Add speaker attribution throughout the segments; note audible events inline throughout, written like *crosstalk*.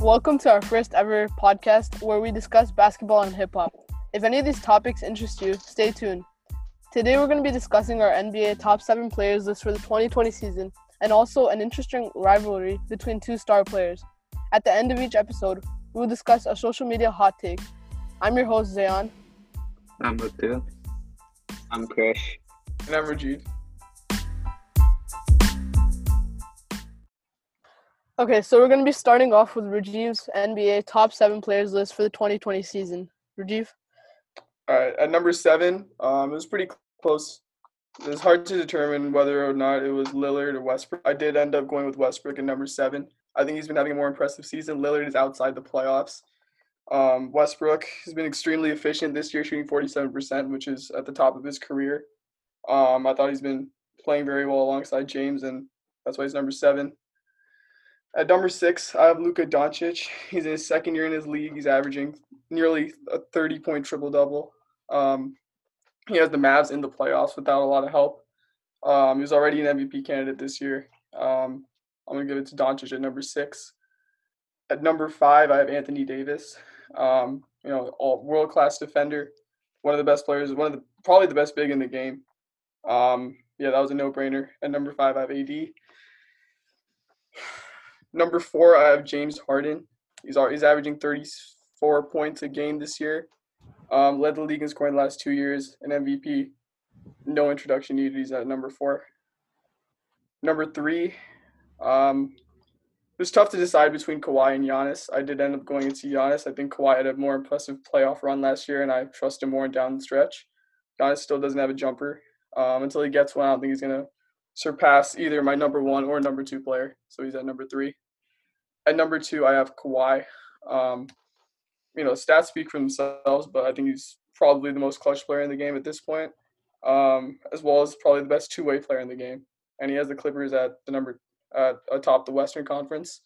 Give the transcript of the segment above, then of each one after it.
Speaker 1: Welcome to our first ever podcast where we discuss basketball and hip hop. If any of these topics interest you, stay tuned. Today we're going to be discussing our NBA top 7 players list for the 2020 season and also an interesting rivalry between two star players. At the end of each episode, we will discuss a social media hot take. I'm your host, Zayan.
Speaker 2: I'm Abdul. I'm Krish.
Speaker 3: And I'm Rajid.
Speaker 1: Okay, so we're going to be starting off with Rajiv's NBA top 7 players list for the 2020 season. Rajiv?
Speaker 3: All right, at number seven, um, it was pretty close. It was hard to determine whether or not it was Lillard or Westbrook. I did end up going with Westbrook at number seven. I think he's been having a more impressive season. Lillard is outside the playoffs. Um, Westbrook has been extremely efficient this year, shooting 47%, which is at the top of his career. Um, I thought he's been playing very well alongside James, and that's why he's number seven. At number six, I have Luka Doncic. He's in his second year in his league. He's averaging nearly a 30 point triple double. Um, he has the Mavs in the playoffs without a lot of help. Um, he was already an MVP candidate this year. Um, I'm going to give it to Doncic at number six. At number five, I have Anthony Davis. Um, you know, all world class defender, one of the best players, one of the probably the best big in the game. Um, yeah, that was a no brainer. At number five, I have AD. Number four, I have James Harden. He's al- he's averaging 34 points a game this year. Um, led the league in scoring the last two years, an MVP. No introduction needed. He's at number four. Number three, um, it was tough to decide between Kawhi and Giannis. I did end up going into Giannis. I think Kawhi had a more impressive playoff run last year, and I trust him more down the stretch. Giannis still doesn't have a jumper. Um, until he gets one, I don't think he's going to surpass either my number one or number two player. So he's at number three. At number two, I have Kawhi. Um, you know, stats speak for themselves, but I think he's probably the most clutch player in the game at this point, um, as well as probably the best two-way player in the game. And he has the Clippers at the number uh, atop the Western Conference,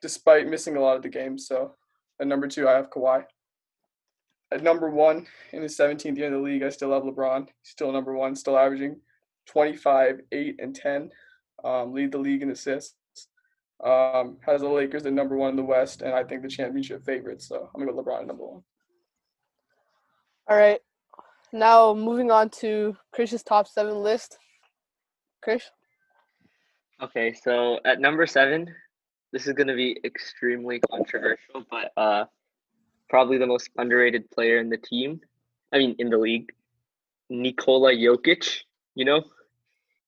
Speaker 3: despite missing a lot of the games. So at number two, I have Kawhi. At number one, in his 17th year in the league, I still have LeBron. He's still number one, still averaging 25, 8, and 10. Um, lead the league in assists. Um, has the Lakers at number one in the West, and I think the championship favorite. So I'm gonna go LeBron at number one.
Speaker 1: All right. Now moving on to Krish's top 7 list. Krish?
Speaker 2: Okay, so at number seven, this is going to be extremely controversial, but uh, probably the most underrated player in the team. I mean, in the league, Nikola Jokic. You know,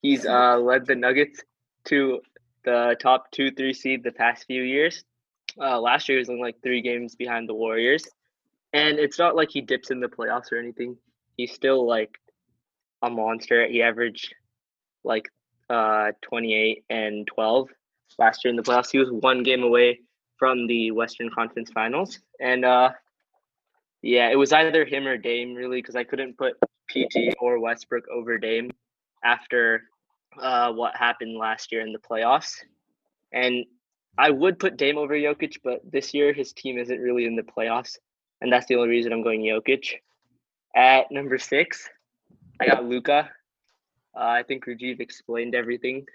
Speaker 2: he's uh, led the Nuggets to the top two, three seed the past few years. Uh, last year, he was only like three games behind the Warriors, and it's not like he dips in the playoffs or anything. He's still like a monster. He averaged like uh, 28 and 12 last year in the playoffs. He was one game away from the Western Conference Finals, and uh, yeah, it was either him or Dame really because I couldn't put PG or Westbrook over Dame after uh, what happened last year in the playoffs, and I would put Dame over Jokic, but this year his team isn't really in the playoffs, and that's the only reason I'm going Jokic. At number six, I got Luca. Uh, I think Rajiv explained everything.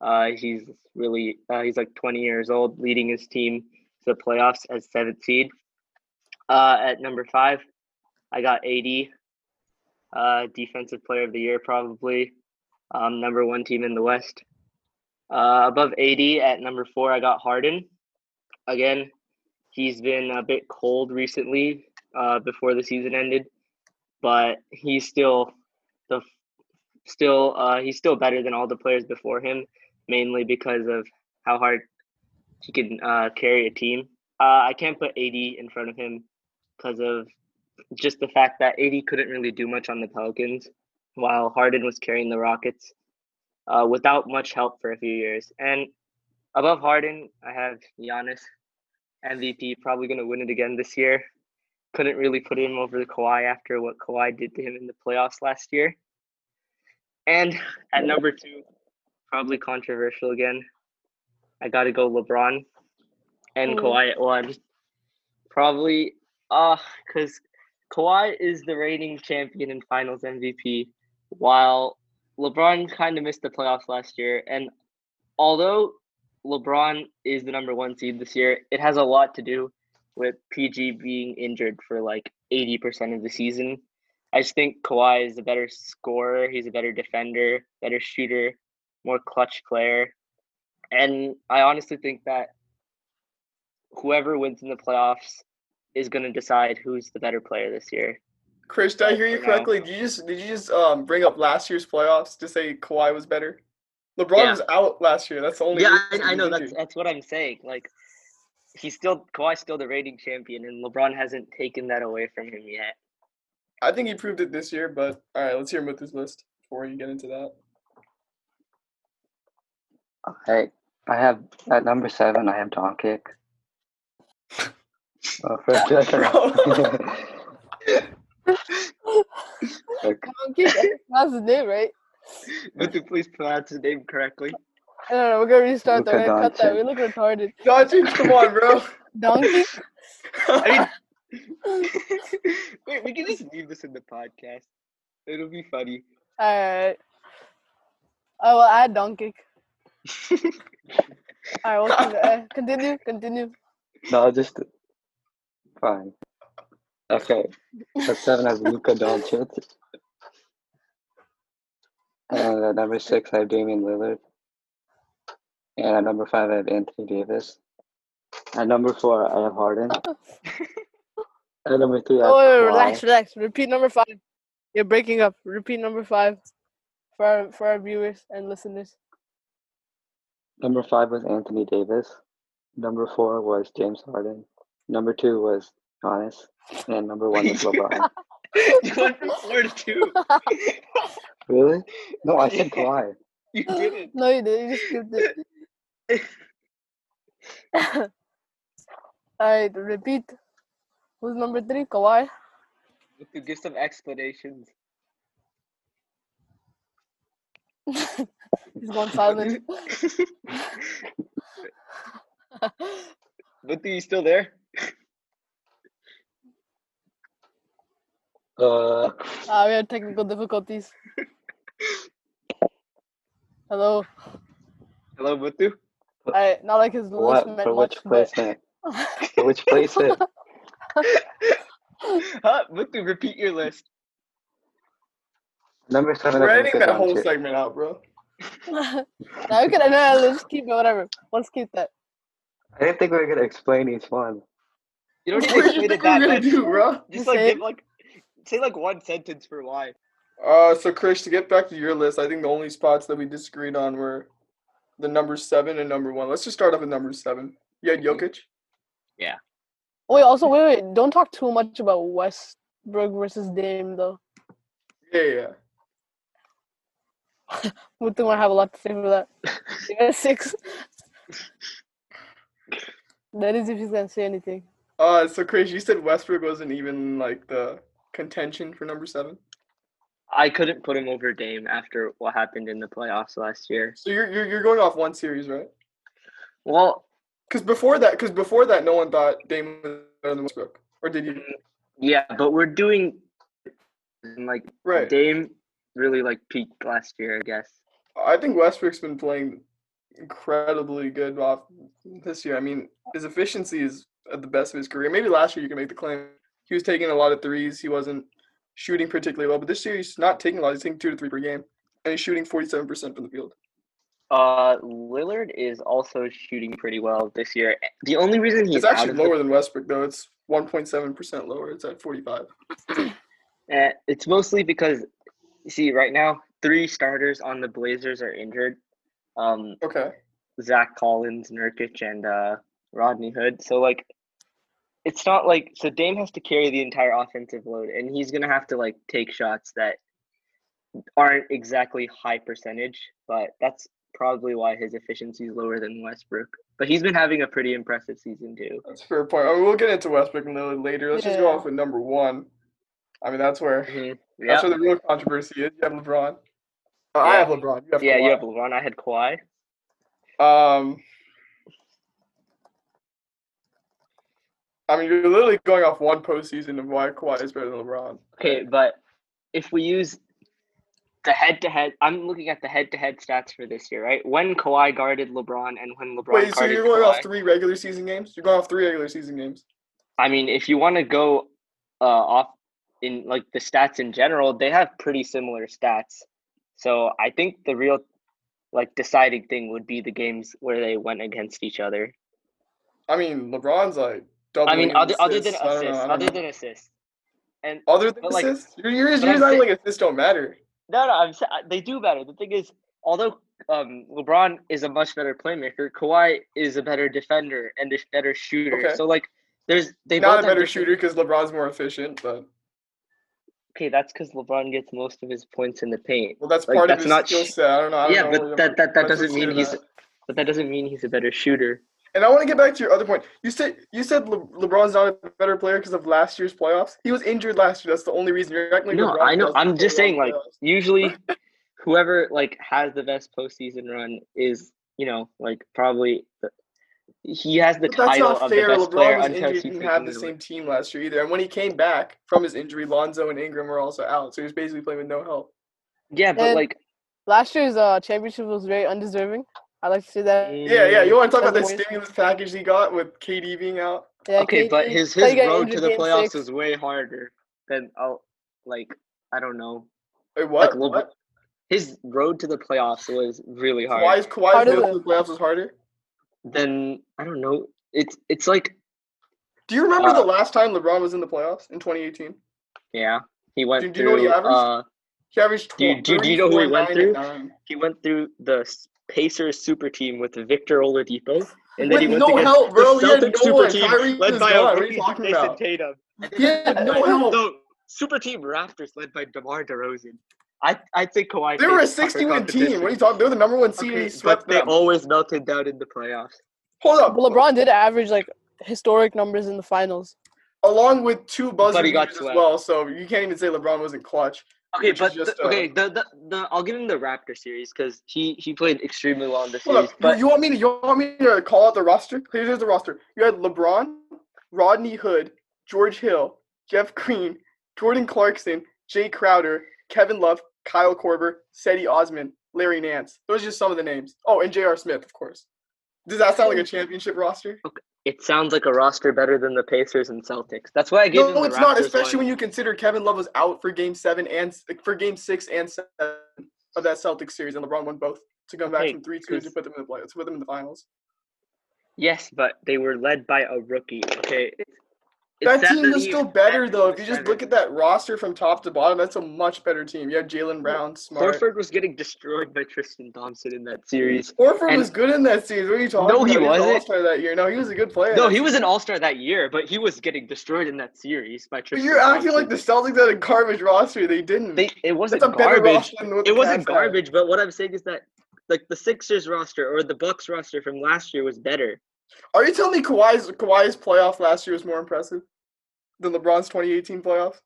Speaker 2: Uh, he's really uh, he's like 20 years old, leading his team to the playoffs as seventh seed. Uh, at number five, I got AD, uh, defensive player of the year probably, um, number one team in the West. Uh, above AD at number four, I got Harden. Again, he's been a bit cold recently uh, before the season ended, but he's still the still uh, he's still better than all the players before him, mainly because of how hard he can uh, carry a team. Uh, I can't put AD in front of him because of just the fact that AD couldn't really do much on the Pelicans while Harden was carrying the Rockets uh, without much help for a few years. And above Harden, I have Giannis, MVP, probably going to win it again this year. Couldn't really put him over the Kawhi after what Kawhi did to him in the playoffs last year. And at number two, probably controversial again. I got to go LeBron
Speaker 1: Mm.
Speaker 2: and Kawhi at one. Probably, uh, because Kawhi is the reigning champion and finals MVP, while LeBron kind of missed the playoffs last year. And although LeBron is the number one seed this year. It has a lot to do with PG being injured for like 80% of the season. I just think Kawhi is a better scorer. He's a better defender, better shooter, more clutch player. And I honestly think that whoever wins in the playoffs is going to decide who's the better player this year.
Speaker 3: Chris, did I hear you correctly? Did you just did you just um, bring up last year's playoffs to say Kawhi was better? LeBron
Speaker 2: Yeah.
Speaker 3: was out last year. That's the only.
Speaker 2: Yeah, I,
Speaker 3: reason
Speaker 2: I
Speaker 3: he's
Speaker 2: know
Speaker 3: injured.
Speaker 2: that's that's what I'm saying. Like he's still Kawhi's still the reigning champion and LeBron hasn't taken that away from him yet.
Speaker 3: I think he proved it this year, but all right, let's hear him with his list before you get into that.
Speaker 2: *laughs*
Speaker 4: Okay. I have at number seven. I have Doncic. *laughs* Uh, first,
Speaker 3: *laughs*
Speaker 4: *laughs* Okay,
Speaker 1: Doncic, I think that's his name, right?
Speaker 2: *laughs* Would you please pronounce his name correctly?
Speaker 1: I don't know. We're gonna restart that. We're
Speaker 4: Luka
Speaker 1: gonna cut that.
Speaker 4: Doncic.
Speaker 1: We look retarded.
Speaker 3: Doncic, come on,
Speaker 2: *laughs*
Speaker 3: bro.
Speaker 1: Donkey.
Speaker 2: I
Speaker 1: *laughs*
Speaker 2: mean, *laughs* wait, we can just leave this in the podcast. It'll be funny. *laughs*
Speaker 1: All right. I will add Donkey. All right. We'll con- uh, continue. Continue.
Speaker 4: no, just fine. Okay, at seven I have Luka Doncic, and at number six I have Damian Lillard, and at number five I have Anthony Davis. At number four I have Harden. At number three I have
Speaker 1: Oh, wait, wait,
Speaker 4: Kawhi.
Speaker 1: relax, relax. Repeat number five. You're breaking up. Repeat number five for our, for our viewers and listeners.
Speaker 4: Number five was Anthony Davis. Number four was James Harden. Number two was Giannis. And number one
Speaker 3: *laughs*
Speaker 4: was LeBron.
Speaker 2: you went from four to two.
Speaker 4: really? No, I said
Speaker 2: Yeah.
Speaker 4: Kawhi.
Speaker 2: you didn't.
Speaker 1: No, you didn't. You just skipped it. All right. Repeat. Who's number three? Kawhi. *laughs*
Speaker 2: You give some explanations.
Speaker 1: He's gone silent.
Speaker 3: *laughs*
Speaker 1: Ah,
Speaker 2: But you still there?
Speaker 4: Uh,
Speaker 1: Uh, we had technical difficulties. Hello.
Speaker 2: Hello, Butu.
Speaker 1: I not like his list
Speaker 4: what?
Speaker 1: meant
Speaker 4: For which
Speaker 1: much, but
Speaker 4: placement?
Speaker 1: *laughs*
Speaker 4: For which placement?
Speaker 2: Huh? Butu, repeat your list.
Speaker 4: *laughs* Number seven
Speaker 3: We're
Speaker 4: I
Speaker 3: editing
Speaker 4: Luka
Speaker 3: that whole
Speaker 4: Doncic.
Speaker 3: segment
Speaker 2: *laughs*
Speaker 3: out, bro.
Speaker 1: now we can no, let's keep it. Whatever. Let's keep that.
Speaker 4: I didn't think we were gonna explain each one.
Speaker 2: You don't
Speaker 3: What
Speaker 2: need to
Speaker 3: do
Speaker 2: explain
Speaker 3: you think
Speaker 2: it that
Speaker 3: we're gonna
Speaker 2: much.
Speaker 3: do, bro?
Speaker 2: Just
Speaker 1: Just
Speaker 2: like
Speaker 1: say it.
Speaker 2: give like say like one sentence for why.
Speaker 3: Uh, so Chris, to get back to your list, I think the only spots that we disagreed on were the number seven and number one. Let's just start off with number seven. You had Jokic.
Speaker 1: Wait. Also, wait, wait. Don't talk too much about Westbrook versus Dame, though.
Speaker 3: Yeah, yeah. yeah.
Speaker 1: Good thing I have a lot to say for that.
Speaker 2: *laughs*
Speaker 1: You got a six. that is if he's gonna say anything.
Speaker 3: Uh, so Chris, you said Westbrook wasn't even like the contention for number seven.
Speaker 2: I couldn't put him over Dame after what happened in the playoffs last year.
Speaker 3: So you're you're, you're going off one series, right?
Speaker 2: Well,
Speaker 3: Because before that, because before that, no one thought Dame was better than Westbrook, or did you?
Speaker 2: yeah, but we're doing like
Speaker 3: Right.
Speaker 2: Dame really like peaked last year, I guess.
Speaker 3: I think Westbrook's been playing incredibly good off this year. I mean, his efficiency is at the best of his career. Maybe last year you can make the claim he was taking a lot of threes. He wasn't shooting particularly well, but this year he's not taking a lot. He's taking two to three per game, and he's shooting forty-seven percent from the field.
Speaker 2: Uh, Lillard is also shooting pretty well this year. The only reason he's
Speaker 3: It's
Speaker 2: out
Speaker 3: actually
Speaker 2: of
Speaker 3: lower than Westbrook though. It's one point seven percent lower. It's at forty-five.
Speaker 2: the, eh, it's mostly because you see right now three starters on the Blazers are injured. Um,
Speaker 3: Okay.
Speaker 2: Zach Collins, Nurkic, and uh, Rodney Hood. So like, it's not like so Dame has to carry the entire offensive load, and he's gonna have to like take shots that aren't exactly high percentage, but that's probably why his efficiency is lower than Westbrook. But he's been having a pretty impressive season too.
Speaker 3: That's a fair point. I mean, we'll get into Westbrook a little later. Let's just go
Speaker 1: Yeah.
Speaker 3: off with number one. I mean, that's where
Speaker 2: Yeah,
Speaker 3: that's where the real controversy is. You have LeBron. Uh, I
Speaker 2: Yeah.
Speaker 3: have LeBron. You have
Speaker 2: yeah, you
Speaker 3: Kawhi.
Speaker 2: have LeBron. I had Kawhi.
Speaker 3: Um, I mean, you're literally going off one postseason of why Kawhi is better than LeBron.
Speaker 2: Okay, but if we use the head to head. I'm looking at the head to head stats for this year, right? When Kawhi guarded LeBron and when LeBron
Speaker 3: Wait, so
Speaker 2: guarded
Speaker 3: you're going
Speaker 2: Kawhi.
Speaker 3: off three regular season games? You're going off three regular season games.
Speaker 2: I mean, if you want to go uh, off in like the stats in general, they have pretty similar stats. So I think the real like deciding thing would be the games where they went against each other.
Speaker 3: I mean, LeBron's like double.
Speaker 2: I mean, other, other than
Speaker 3: assists. I don't know,
Speaker 2: assists,
Speaker 3: I don't
Speaker 2: other
Speaker 3: know.
Speaker 2: than assists. And
Speaker 3: other than
Speaker 2: but, like,
Speaker 3: assists, your years,
Speaker 2: but I'm
Speaker 3: years not
Speaker 2: saying-
Speaker 3: like assists don't matter.
Speaker 2: no, no, I'm sa- they do better. The thing is, although um, LeBron is a much better playmaker, Kawhi is a better defender and a better shooter.
Speaker 3: Okay.
Speaker 2: So like, there's they both
Speaker 3: Not a
Speaker 2: have
Speaker 3: better
Speaker 2: different-
Speaker 3: shooter because LeBron's more efficient, but
Speaker 2: Okay, that's because LeBron gets most of his points in the paint.
Speaker 3: well, that's
Speaker 2: Like,
Speaker 3: part
Speaker 2: that's
Speaker 3: of his
Speaker 2: not
Speaker 3: skill
Speaker 2: sh-
Speaker 3: set. I don't know. I don't
Speaker 2: Yeah,
Speaker 3: know
Speaker 2: but
Speaker 3: where-
Speaker 2: that- that- that
Speaker 3: where to
Speaker 2: doesn't mean
Speaker 3: consider
Speaker 2: he's-
Speaker 3: that.
Speaker 2: But that doesn't mean he's a better shooter.
Speaker 3: And I want to get back to your other point. You said you said Le- LeBron's not a better player because of last year's playoffs. He was injured last year. That's the only reason. You're acting like
Speaker 2: No,
Speaker 3: LeBron
Speaker 2: I know.
Speaker 3: does
Speaker 2: I'm just
Speaker 3: playoff
Speaker 2: saying, like,
Speaker 3: playoffs. *laughs*
Speaker 2: usually, whoever like has the best postseason run is, you know, like probably the, he has the
Speaker 3: But that's
Speaker 2: title
Speaker 3: not
Speaker 2: of the
Speaker 3: fair.
Speaker 2: best player
Speaker 3: LeBron was
Speaker 2: until
Speaker 3: injured.
Speaker 2: he
Speaker 3: He didn't
Speaker 2: freaking
Speaker 3: have the
Speaker 2: loses.
Speaker 3: same team last year either. And when he came back from his injury, Lonzo and Ingram were also out, so he was basically playing with no help.
Speaker 2: Yeah, but
Speaker 1: And-
Speaker 2: like,
Speaker 1: Last year's uh, championship was very undeserving. I like to see that.
Speaker 3: Yeah, yeah. You want to talk about
Speaker 1: That's
Speaker 3: that
Speaker 2: Mm-hmm.
Speaker 1: the worst.
Speaker 3: stimulus package he got with KD being out?
Speaker 1: Yeah,
Speaker 2: okay, but
Speaker 1: KD
Speaker 2: his
Speaker 1: so he
Speaker 2: his
Speaker 1: got
Speaker 2: road
Speaker 1: injured
Speaker 2: to the
Speaker 1: game
Speaker 2: playoffs
Speaker 1: six.
Speaker 2: is way harder than oh, like I don't know,
Speaker 3: Wait, what?
Speaker 2: like LeBron.
Speaker 3: what?
Speaker 2: His road to the playoffs was really hard.
Speaker 3: Kawhi's, Kawhi's
Speaker 1: Harder
Speaker 3: road
Speaker 1: than-
Speaker 3: to the playoffs was harder.
Speaker 2: Then I don't know. It's it's like
Speaker 3: Do you remember
Speaker 2: Uh,
Speaker 3: the last time LeBron was in the playoffs in 2018?
Speaker 2: yeah, he went
Speaker 3: Dude, do you know what
Speaker 2: through.
Speaker 3: he averaged?
Speaker 2: uh,
Speaker 3: He averaged
Speaker 2: Do you-
Speaker 3: 12,
Speaker 2: do you- do you know who he
Speaker 3: 34,
Speaker 2: went
Speaker 3: 9, and
Speaker 2: through?
Speaker 3: 9.
Speaker 2: he went through the s- Pacers super team with Victor Oladipo, and then he went
Speaker 3: With no
Speaker 2: against
Speaker 3: help, bro.
Speaker 2: the
Speaker 3: He
Speaker 2: Celtics
Speaker 3: had no
Speaker 2: super
Speaker 3: one.
Speaker 2: team
Speaker 3: Kyrie
Speaker 2: led
Speaker 3: was
Speaker 2: by
Speaker 3: gone.
Speaker 2: a
Speaker 3: What are you
Speaker 2: rookie
Speaker 3: talking
Speaker 2: Jason
Speaker 3: about? Oh.
Speaker 2: Tatum. And
Speaker 3: He
Speaker 2: then- *laughs*
Speaker 3: had no
Speaker 2: uh,
Speaker 3: help.
Speaker 2: No, super team Raptors led by DeMar DeRozan. I I think Kawhi.
Speaker 3: They were a
Speaker 2: faced tougher
Speaker 3: 60 win team. What are you
Speaker 2: competition.
Speaker 3: talking? They're the number one seed. and
Speaker 2: Okay,
Speaker 3: he swept
Speaker 2: but they
Speaker 3: them.
Speaker 2: always melted down in the playoffs.
Speaker 3: Hold up.
Speaker 1: But LeBron did average like historic numbers in the finals.
Speaker 3: Along with two buzzer
Speaker 2: But he got
Speaker 3: beaters as
Speaker 2: swept.
Speaker 3: well, so you can't even say LeBron wasn't clutch.
Speaker 2: Okay,
Speaker 3: Which is
Speaker 2: but
Speaker 3: just,
Speaker 2: the,
Speaker 3: uh,
Speaker 2: okay, the, the, the I'll give him the Raptor series because he he played extremely well in the
Speaker 3: Hold
Speaker 2: series.
Speaker 3: up. You-
Speaker 2: But
Speaker 3: you want me to? You want me to call out the roster? Here's here's the roster. You had LeBron, Rodney Hood, George Hill, Jeff Green, Jordan Clarkson, Jay Crowder, Kevin Love, Kyle Korver, Seti Osman, Larry Nance. Those are just some of the names. Oh, and J.R. Smith, of course. Does that sound like a championship roster?
Speaker 2: it sounds like a roster better than the Pacers and Celtics. That's why I gave him
Speaker 3: No,
Speaker 2: the
Speaker 3: it's not.
Speaker 2: Raptors
Speaker 3: Especially
Speaker 2: one.
Speaker 3: when you consider Kevin Love was out for Game Seven and s- for Game Six and Seven of that Celtics series, and LeBron won both to come back
Speaker 2: Okay,
Speaker 3: from three two to
Speaker 2: because-
Speaker 3: put them in the playoffs, to put them in the finals.
Speaker 2: Yes, but they were led by a rookie. Okay. It's- it's
Speaker 3: That
Speaker 2: sad
Speaker 3: team was
Speaker 2: he
Speaker 3: still
Speaker 2: had
Speaker 3: better
Speaker 2: to
Speaker 3: though.
Speaker 2: go
Speaker 3: If you just
Speaker 2: seven.
Speaker 3: look at that roster from top to bottom, that's a much better team. You have Jalen Brown, Smart. Horford,
Speaker 2: Horford was getting destroyed by Tristan Thompson in
Speaker 3: Hmm.
Speaker 2: that series. and-
Speaker 3: was good in that series. What are you talking
Speaker 2: No,
Speaker 3: about?
Speaker 2: he wasn't.
Speaker 3: All star that year. No, he was a good player.
Speaker 2: No,
Speaker 3: that
Speaker 2: he
Speaker 3: season.
Speaker 2: was an all-star that year, but he was getting destroyed in that series by
Speaker 3: But
Speaker 2: Tristan.
Speaker 3: you're acting
Speaker 2: Thompson.
Speaker 3: like the Celtics had a garbage roster. They didn't.
Speaker 2: They, it
Speaker 3: that's
Speaker 2: wasn't
Speaker 3: a better
Speaker 2: garbage.
Speaker 3: roster than what the
Speaker 2: It wasn't
Speaker 3: Cavs had.
Speaker 2: garbage, but what I'm saying is that like the Sixers roster or the Bucks roster from last year was better.
Speaker 3: Are you telling me Kawhi's Kawhi's playoff last year was more impressive than LeBron's 2018 playoffs?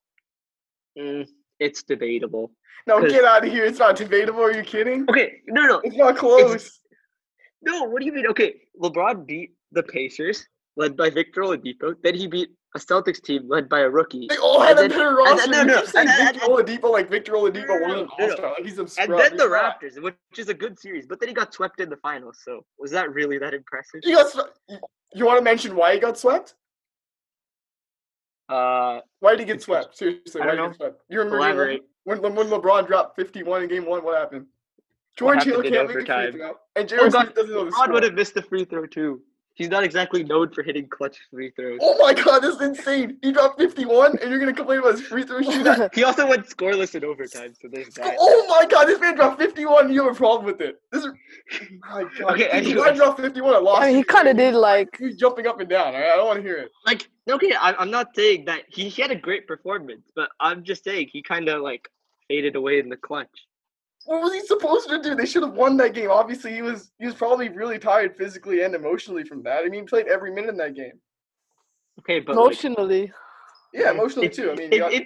Speaker 2: Mm, it's debatable.
Speaker 3: No,
Speaker 2: 'Cause-
Speaker 3: get out of here. It's not debatable. Are
Speaker 2: *laughs*
Speaker 3: you kidding?
Speaker 2: Okay, no, no,
Speaker 3: It's not close.
Speaker 2: No, what do you mean? Okay, LeBron beat the Pacers, led by Victor Oladipo. Then he beat a Celtics team led by a rookie.
Speaker 3: They all
Speaker 2: And
Speaker 3: had a
Speaker 2: then-
Speaker 3: better
Speaker 2: and then-
Speaker 3: roster.
Speaker 2: no, no,
Speaker 3: you keep saying
Speaker 2: and- and-
Speaker 3: Victor Oladipo like Victor Oladipo
Speaker 2: No, no,
Speaker 3: won
Speaker 2: no,
Speaker 3: an
Speaker 2: no.
Speaker 3: All Star. Like he's some
Speaker 2: And
Speaker 3: scrub.
Speaker 2: then the
Speaker 3: He's not.
Speaker 2: Raptors, which is a good series, but then he got swept in the finals. So was that really that impressive?
Speaker 3: You got. swe- you- You want to mention why he got swept?
Speaker 2: Uh,
Speaker 3: Why did he get swept?
Speaker 2: *laughs*
Speaker 3: Seriously,
Speaker 2: I
Speaker 3: why
Speaker 2: don't
Speaker 3: did he
Speaker 2: know.
Speaker 3: get swept? You remember, you remember
Speaker 2: Elaborate.
Speaker 3: when, Le- when LeBron dropped 51 in Game One? What happened? George Hill
Speaker 2: happened in
Speaker 3: can't make a
Speaker 2: overtime?
Speaker 3: free throw, and
Speaker 2: Oh
Speaker 3: Jared
Speaker 2: God,
Speaker 3: Smith doesn't know the
Speaker 2: LeBron
Speaker 3: score.
Speaker 2: would have missed the free throw too. He's not exactly known for hitting clutch free throws.
Speaker 3: Oh my God, this is insane! He dropped 51, and you're gonna complain about his free
Speaker 1: *laughs*
Speaker 3: throw shootout?
Speaker 2: *laughs* He also went scoreless in overtime, so there's that.
Speaker 3: *laughs* Oh my God, this man dropped 51. and You have a problem with it?
Speaker 2: *laughs*
Speaker 3: This is. My God.
Speaker 2: Okay,
Speaker 3: Dude,
Speaker 2: anyway.
Speaker 3: I dropped 51. I lost.
Speaker 1: I mean, he
Speaker 3: you.
Speaker 1: kind of did like
Speaker 3: You're jumping up and down. All right, I don't want to hear it.
Speaker 2: like okay I, i'm not saying that he, he had a great performance but i'm just saying he kind of like faded away in the clutch
Speaker 3: What was he supposed to do? They should have won that game. Obviously, he was he was probably really tired physically and emotionally from that. I mean, he played every minute in that game.
Speaker 2: okay but like,
Speaker 1: emotionally.
Speaker 3: Yeah, emotionally
Speaker 2: if,
Speaker 3: too. I mean,
Speaker 2: if,
Speaker 3: yeah.
Speaker 2: if,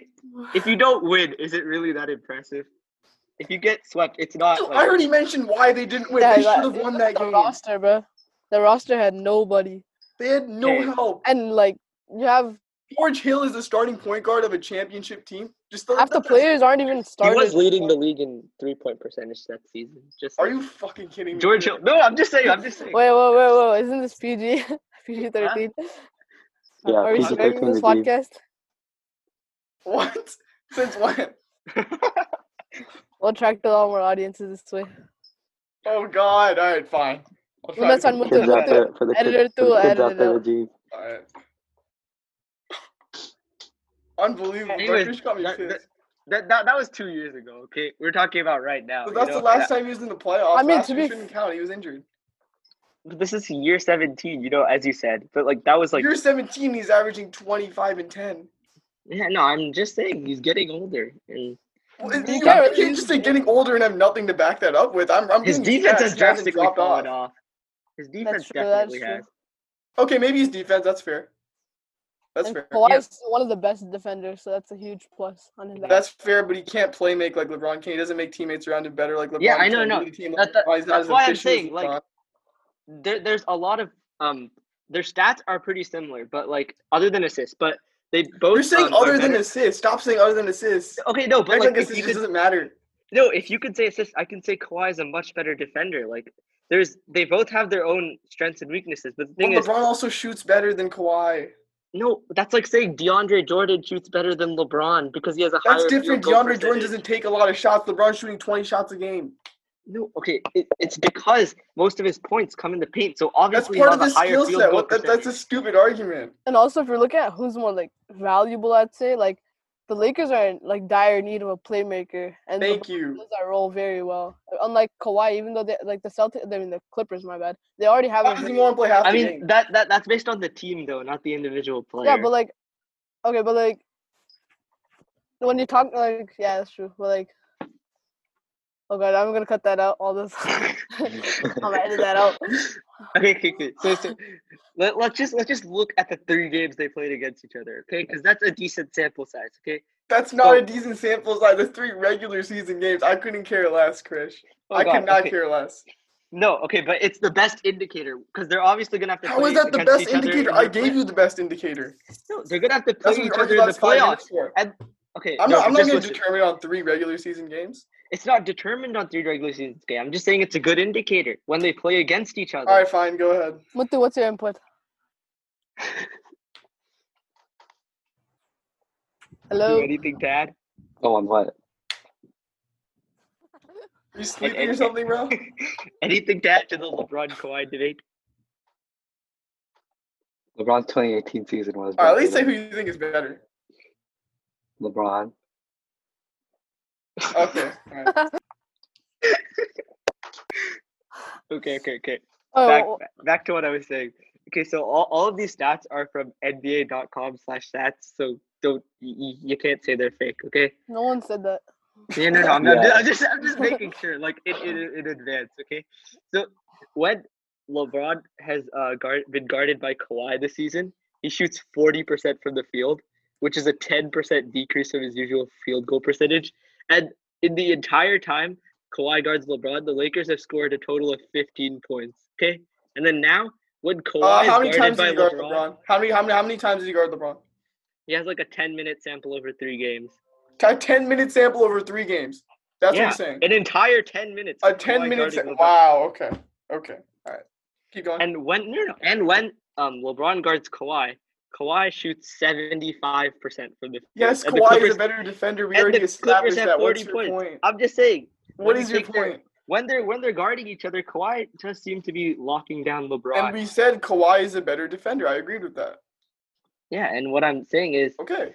Speaker 2: if you don't win is it really that impressive if you get swept it's not
Speaker 3: Dude, I
Speaker 2: like,
Speaker 3: already mentioned why they didn't win.
Speaker 1: Yeah,
Speaker 3: they
Speaker 1: that-
Speaker 3: should have won that
Speaker 1: the
Speaker 3: game.
Speaker 1: roster, bro. The roster had nobody,
Speaker 3: They had no
Speaker 2: Okay.
Speaker 3: help.
Speaker 1: and like you have
Speaker 3: George Hill is the starting point guard of a championship team. Just
Speaker 1: Half the players aren't even
Speaker 2: He
Speaker 1: started.
Speaker 2: was leading the league in three point percentage that season. Just
Speaker 3: Are
Speaker 2: saying.
Speaker 3: you fucking kidding me?
Speaker 2: George Hill? No, I'm just saying. I'm just saying.
Speaker 1: Wait, wait, wait, wait! Isn't this *laughs* PG? PG thirteen.
Speaker 4: Yeah,
Speaker 1: Are we
Speaker 2: PG-13
Speaker 1: streaming this
Speaker 4: would be-
Speaker 1: podcast?
Speaker 3: What? *laughs* Since when?
Speaker 1: We'll attract a lot more audiences this way.
Speaker 3: Oh God! All right, fine. I'll try
Speaker 1: That's
Speaker 3: to-
Speaker 1: fine with
Speaker 4: Kids
Speaker 1: the-
Speaker 4: out there for the kids,
Speaker 1: editor
Speaker 4: for
Speaker 1: too,
Speaker 4: the kids
Speaker 1: edit
Speaker 4: out
Speaker 1: it
Speaker 4: there
Speaker 1: out.
Speaker 4: with G.
Speaker 3: All right. Unbelievable.
Speaker 2: Anyways,
Speaker 3: Darkish got me
Speaker 2: that-
Speaker 3: pissed.
Speaker 2: that, that that was two years ago. Okay, we're talking about right now.
Speaker 3: But
Speaker 2: you
Speaker 3: that's
Speaker 2: know?
Speaker 3: the last
Speaker 2: That-
Speaker 3: time he was in the playoffs.
Speaker 1: I mean,
Speaker 3: last
Speaker 1: to
Speaker 3: year
Speaker 1: be-
Speaker 3: shouldn't count. He was injured.
Speaker 2: But This is year 17, you know, as you said. But like that was like
Speaker 3: You're 17. He's averaging 25 and 10.
Speaker 2: yeah, no, I'm just saying he's getting older and
Speaker 3: Well, You,
Speaker 1: You
Speaker 3: you
Speaker 1: can't-
Speaker 3: can't just say getting older and have nothing to back that up with. I'm, I'm
Speaker 2: his
Speaker 3: getting
Speaker 2: defense
Speaker 3: stats.
Speaker 2: has
Speaker 3: He hasn't
Speaker 2: drastically
Speaker 3: dropped
Speaker 2: fallen
Speaker 3: off.
Speaker 2: off. His defense
Speaker 1: true, that's
Speaker 2: definitely
Speaker 1: true.
Speaker 2: has.
Speaker 3: Okay, maybe his defense. That's fair. That's
Speaker 1: And
Speaker 3: fair.
Speaker 1: Kawhi's one of the best defenders, so that's a huge plus on his.
Speaker 3: That's fair, but he can't play make like LeBron can. He doesn't make teammates around him better like LeBron.
Speaker 2: Yeah, I know,
Speaker 3: can.
Speaker 2: no.
Speaker 3: Lead a team
Speaker 2: That- that-
Speaker 3: LeBron. He's not
Speaker 2: that's
Speaker 3: as
Speaker 2: why I'm
Speaker 3: efficient as
Speaker 2: saying, like,
Speaker 3: LeBron.
Speaker 2: There, there's a lot of um their stats are pretty similar, but like other than assists, but they both
Speaker 3: you're saying
Speaker 2: um, are
Speaker 3: other than
Speaker 2: better-
Speaker 3: assists. Stop saying other than assists.
Speaker 2: Okay, no, but
Speaker 3: Act
Speaker 2: like
Speaker 3: like
Speaker 2: if
Speaker 3: assists
Speaker 2: you
Speaker 3: just
Speaker 2: could
Speaker 3: doesn't matter.
Speaker 2: No, if you could say assist, I can say Kawhi is a much better defender. Like there's they both have their own strengths and weaknesses. But the
Speaker 3: Well,
Speaker 2: thing is,
Speaker 3: LeBron also shoots better than Kawhi.
Speaker 2: no, that's like saying DeAndre Jordan shoots better than LeBron because he has a
Speaker 3: That's
Speaker 2: higher. field
Speaker 3: different.
Speaker 2: goal
Speaker 3: DeAndre Jordan
Speaker 2: percentage.
Speaker 3: doesn't take a lot of shots. LeBron's shooting 20 shots a game.
Speaker 2: No, okay, it, it's because most of his points come in the paint. So
Speaker 3: That's
Speaker 2: obviously,
Speaker 3: part
Speaker 2: he'll
Speaker 3: of the
Speaker 2: have a higher
Speaker 3: skill
Speaker 2: field
Speaker 3: set.
Speaker 2: goal
Speaker 3: What, that, that's a
Speaker 2: percentage.
Speaker 3: stupid argument.
Speaker 1: And also, if you're looking at who's more like valuable, I'd say like the Lakers are in like dire need of a playmaker, and
Speaker 3: Thank
Speaker 1: LeBron
Speaker 3: you.
Speaker 1: does that role very well. Unlike Kawhi, even though they like the Celtics, I mean the Clippers, my bad, they already have
Speaker 3: Why
Speaker 1: a.
Speaker 3: does he
Speaker 1: very-
Speaker 3: want to play half
Speaker 2: I
Speaker 3: the
Speaker 2: mean,
Speaker 3: game?
Speaker 2: that, that that's based on the team though, not the individual player.
Speaker 1: Yeah, but like, okay, but like, when you talk like, yeah, that's true. But like, oh god, I'm gonna cut that out. All this, *laughs* I'm gonna edit that out.
Speaker 2: *laughs* okay, okay, okay. So, so let, let's just let's just look at the three games they played against each other, okay? Because that's a decent sample size, okay?
Speaker 3: That's not a decent sample size. The three regular season games. I couldn't care less, Krish.
Speaker 2: Oh,
Speaker 3: I
Speaker 2: God,
Speaker 3: could not
Speaker 2: okay.
Speaker 3: care less.
Speaker 2: No, okay, but it's the best indicator because they're obviously gonna have to.
Speaker 3: How
Speaker 2: play
Speaker 3: is that the
Speaker 2: against
Speaker 3: best
Speaker 2: each other
Speaker 3: indicator?
Speaker 2: in
Speaker 3: I
Speaker 2: their
Speaker 3: gave
Speaker 2: play-
Speaker 3: you the best indicator.
Speaker 2: No, they're gonna have to play
Speaker 3: That's what we
Speaker 2: each
Speaker 3: argued
Speaker 2: other in the
Speaker 3: last five minutes
Speaker 2: playoffs.
Speaker 3: for.
Speaker 2: And okay,
Speaker 3: I'm
Speaker 2: no,
Speaker 3: not,
Speaker 2: but
Speaker 3: I'm not
Speaker 2: just
Speaker 3: going to
Speaker 2: listen.
Speaker 3: determine on three regular season games.
Speaker 2: it's not determined on three regular seasons game. I'm just saying it's a good indicator when they play against each other.
Speaker 3: All right, fine. Go ahead.
Speaker 1: Muthu, what's your input?
Speaker 2: Do
Speaker 1: Hello.
Speaker 2: anything to add? *laughs*
Speaker 4: Oh, on what?
Speaker 3: Are you sleeping or
Speaker 2: and-
Speaker 3: something, bro?
Speaker 2: anything to add to the LeBron Kawhi debate?
Speaker 4: LeBron's 2018 season was.
Speaker 3: All right, at
Speaker 4: better
Speaker 3: least say
Speaker 4: than
Speaker 3: who you think is better.
Speaker 4: LeBron.
Speaker 3: Okay. all right.
Speaker 2: Okay, okay, okay. Back,
Speaker 1: Oh,
Speaker 2: back to what I was saying. Okay, so all, all of these stats are from NBA.com slash stats, so don't you, you can't say they're fake, okay?
Speaker 1: no one said that.
Speaker 2: Yeah, no, no, I'm, I'm, just,
Speaker 4: Yeah.
Speaker 2: I'm just I'm
Speaker 3: *laughs*
Speaker 2: just making sure, like in, in, in advance, okay? So when LeBron has uh, guard, been guarded by Kawhi this season, he shoots 40% from the field, which is a 10% decrease from his usual field goal percentage. And in the entire time Kawhi guards LeBron, the Lakers have scored a total of 15 points, okay? And then now when Kawhi
Speaker 3: Uh,
Speaker 2: is
Speaker 3: how many
Speaker 2: guarded
Speaker 3: times
Speaker 2: by
Speaker 3: did he guard
Speaker 2: LeBron,
Speaker 3: LeBron? How many? How many? How many times did he guard LeBron?
Speaker 2: he has like a 10-minute sample over three games.
Speaker 3: A ten minute sample over three games. That's what
Speaker 2: yeah,
Speaker 3: you're saying.
Speaker 2: an entire 10 minutes.
Speaker 3: A
Speaker 2: of
Speaker 3: ten
Speaker 2: Kawhi
Speaker 3: minute.
Speaker 2: guarding
Speaker 3: Sa-
Speaker 2: LeBron.
Speaker 3: wow. Okay. Okay. All right. Keep going.
Speaker 2: And when no, no, and when um LeBron guards Kawhi, Kawhi shoots seventy five percent from the field.
Speaker 3: yes,
Speaker 2: and the
Speaker 3: Kawhi is
Speaker 2: Clippers-
Speaker 3: a better defender. We
Speaker 2: and the
Speaker 3: already established
Speaker 2: Clippers have
Speaker 3: that.
Speaker 2: 40
Speaker 3: What's your
Speaker 2: points.
Speaker 3: point?
Speaker 2: I'm just saying
Speaker 3: What
Speaker 2: you
Speaker 3: is your
Speaker 2: take their-
Speaker 3: point?
Speaker 2: when they're when they're guarding each other, Kawhi just seems to be locking down LeBron.
Speaker 3: And we said Kawhi is a better defender. I agreed with that.
Speaker 2: yeah, and what I'm saying is
Speaker 3: Okay.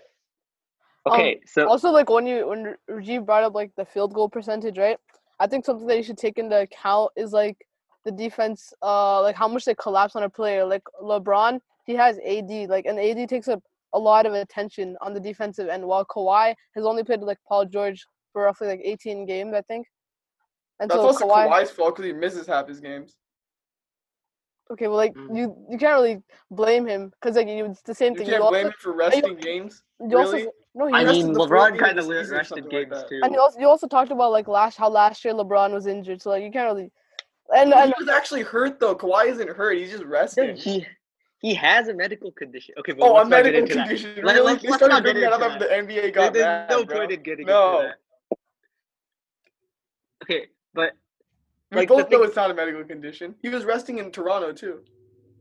Speaker 1: Um,
Speaker 2: okay, so
Speaker 1: Also, like when you when R- Rajiv brought up like the field goal percentage, right? I think something that you should take into account is like the defense, uh, like how much they collapse on a player. Like LeBron, he has AD, like and AD takes up a lot of attention on the defensive end, while Kawhi has only played with, like Paul George for roughly like 18 games, I think. And
Speaker 3: That's
Speaker 1: so
Speaker 3: also
Speaker 1: Kawhi,
Speaker 3: Kawhi's fault because he misses half his games.
Speaker 1: okay, well, like
Speaker 2: Mm.
Speaker 1: you you can't really blame him because like you, it's the same
Speaker 3: You
Speaker 1: thing.
Speaker 3: can't
Speaker 1: also-
Speaker 3: blame him for resting games.
Speaker 1: you also
Speaker 3: really?
Speaker 1: no, he
Speaker 2: I
Speaker 1: was-
Speaker 3: rested
Speaker 2: mean
Speaker 3: the fourth
Speaker 2: LeBron
Speaker 3: game of
Speaker 2: kind of
Speaker 3: the season or
Speaker 2: rested
Speaker 3: something like
Speaker 2: games
Speaker 3: that.
Speaker 2: too.
Speaker 1: And you also you also talked about like last how last year LeBron was injured, so like you can't really. And
Speaker 3: But
Speaker 1: and
Speaker 3: he was actually hurt though. Kawhi isn't hurt. He's just
Speaker 2: No,
Speaker 3: resting.
Speaker 2: he He has a medical condition. Okay, but
Speaker 3: Oh, a
Speaker 2: let's not get
Speaker 3: medical
Speaker 2: into that.
Speaker 3: condition.
Speaker 2: Let-
Speaker 3: really?
Speaker 2: let's-
Speaker 3: They
Speaker 2: let's
Speaker 3: started
Speaker 2: not get
Speaker 3: bringing that
Speaker 2: into
Speaker 3: up after the NBA
Speaker 2: There-
Speaker 3: got
Speaker 2: there's
Speaker 3: mad,
Speaker 2: no
Speaker 3: bro.
Speaker 2: point in getting
Speaker 3: No.
Speaker 2: into that. Okay, but
Speaker 3: We
Speaker 2: Like, the
Speaker 3: both
Speaker 2: thing-
Speaker 3: know it's not a medical condition. He was resting in Toronto too.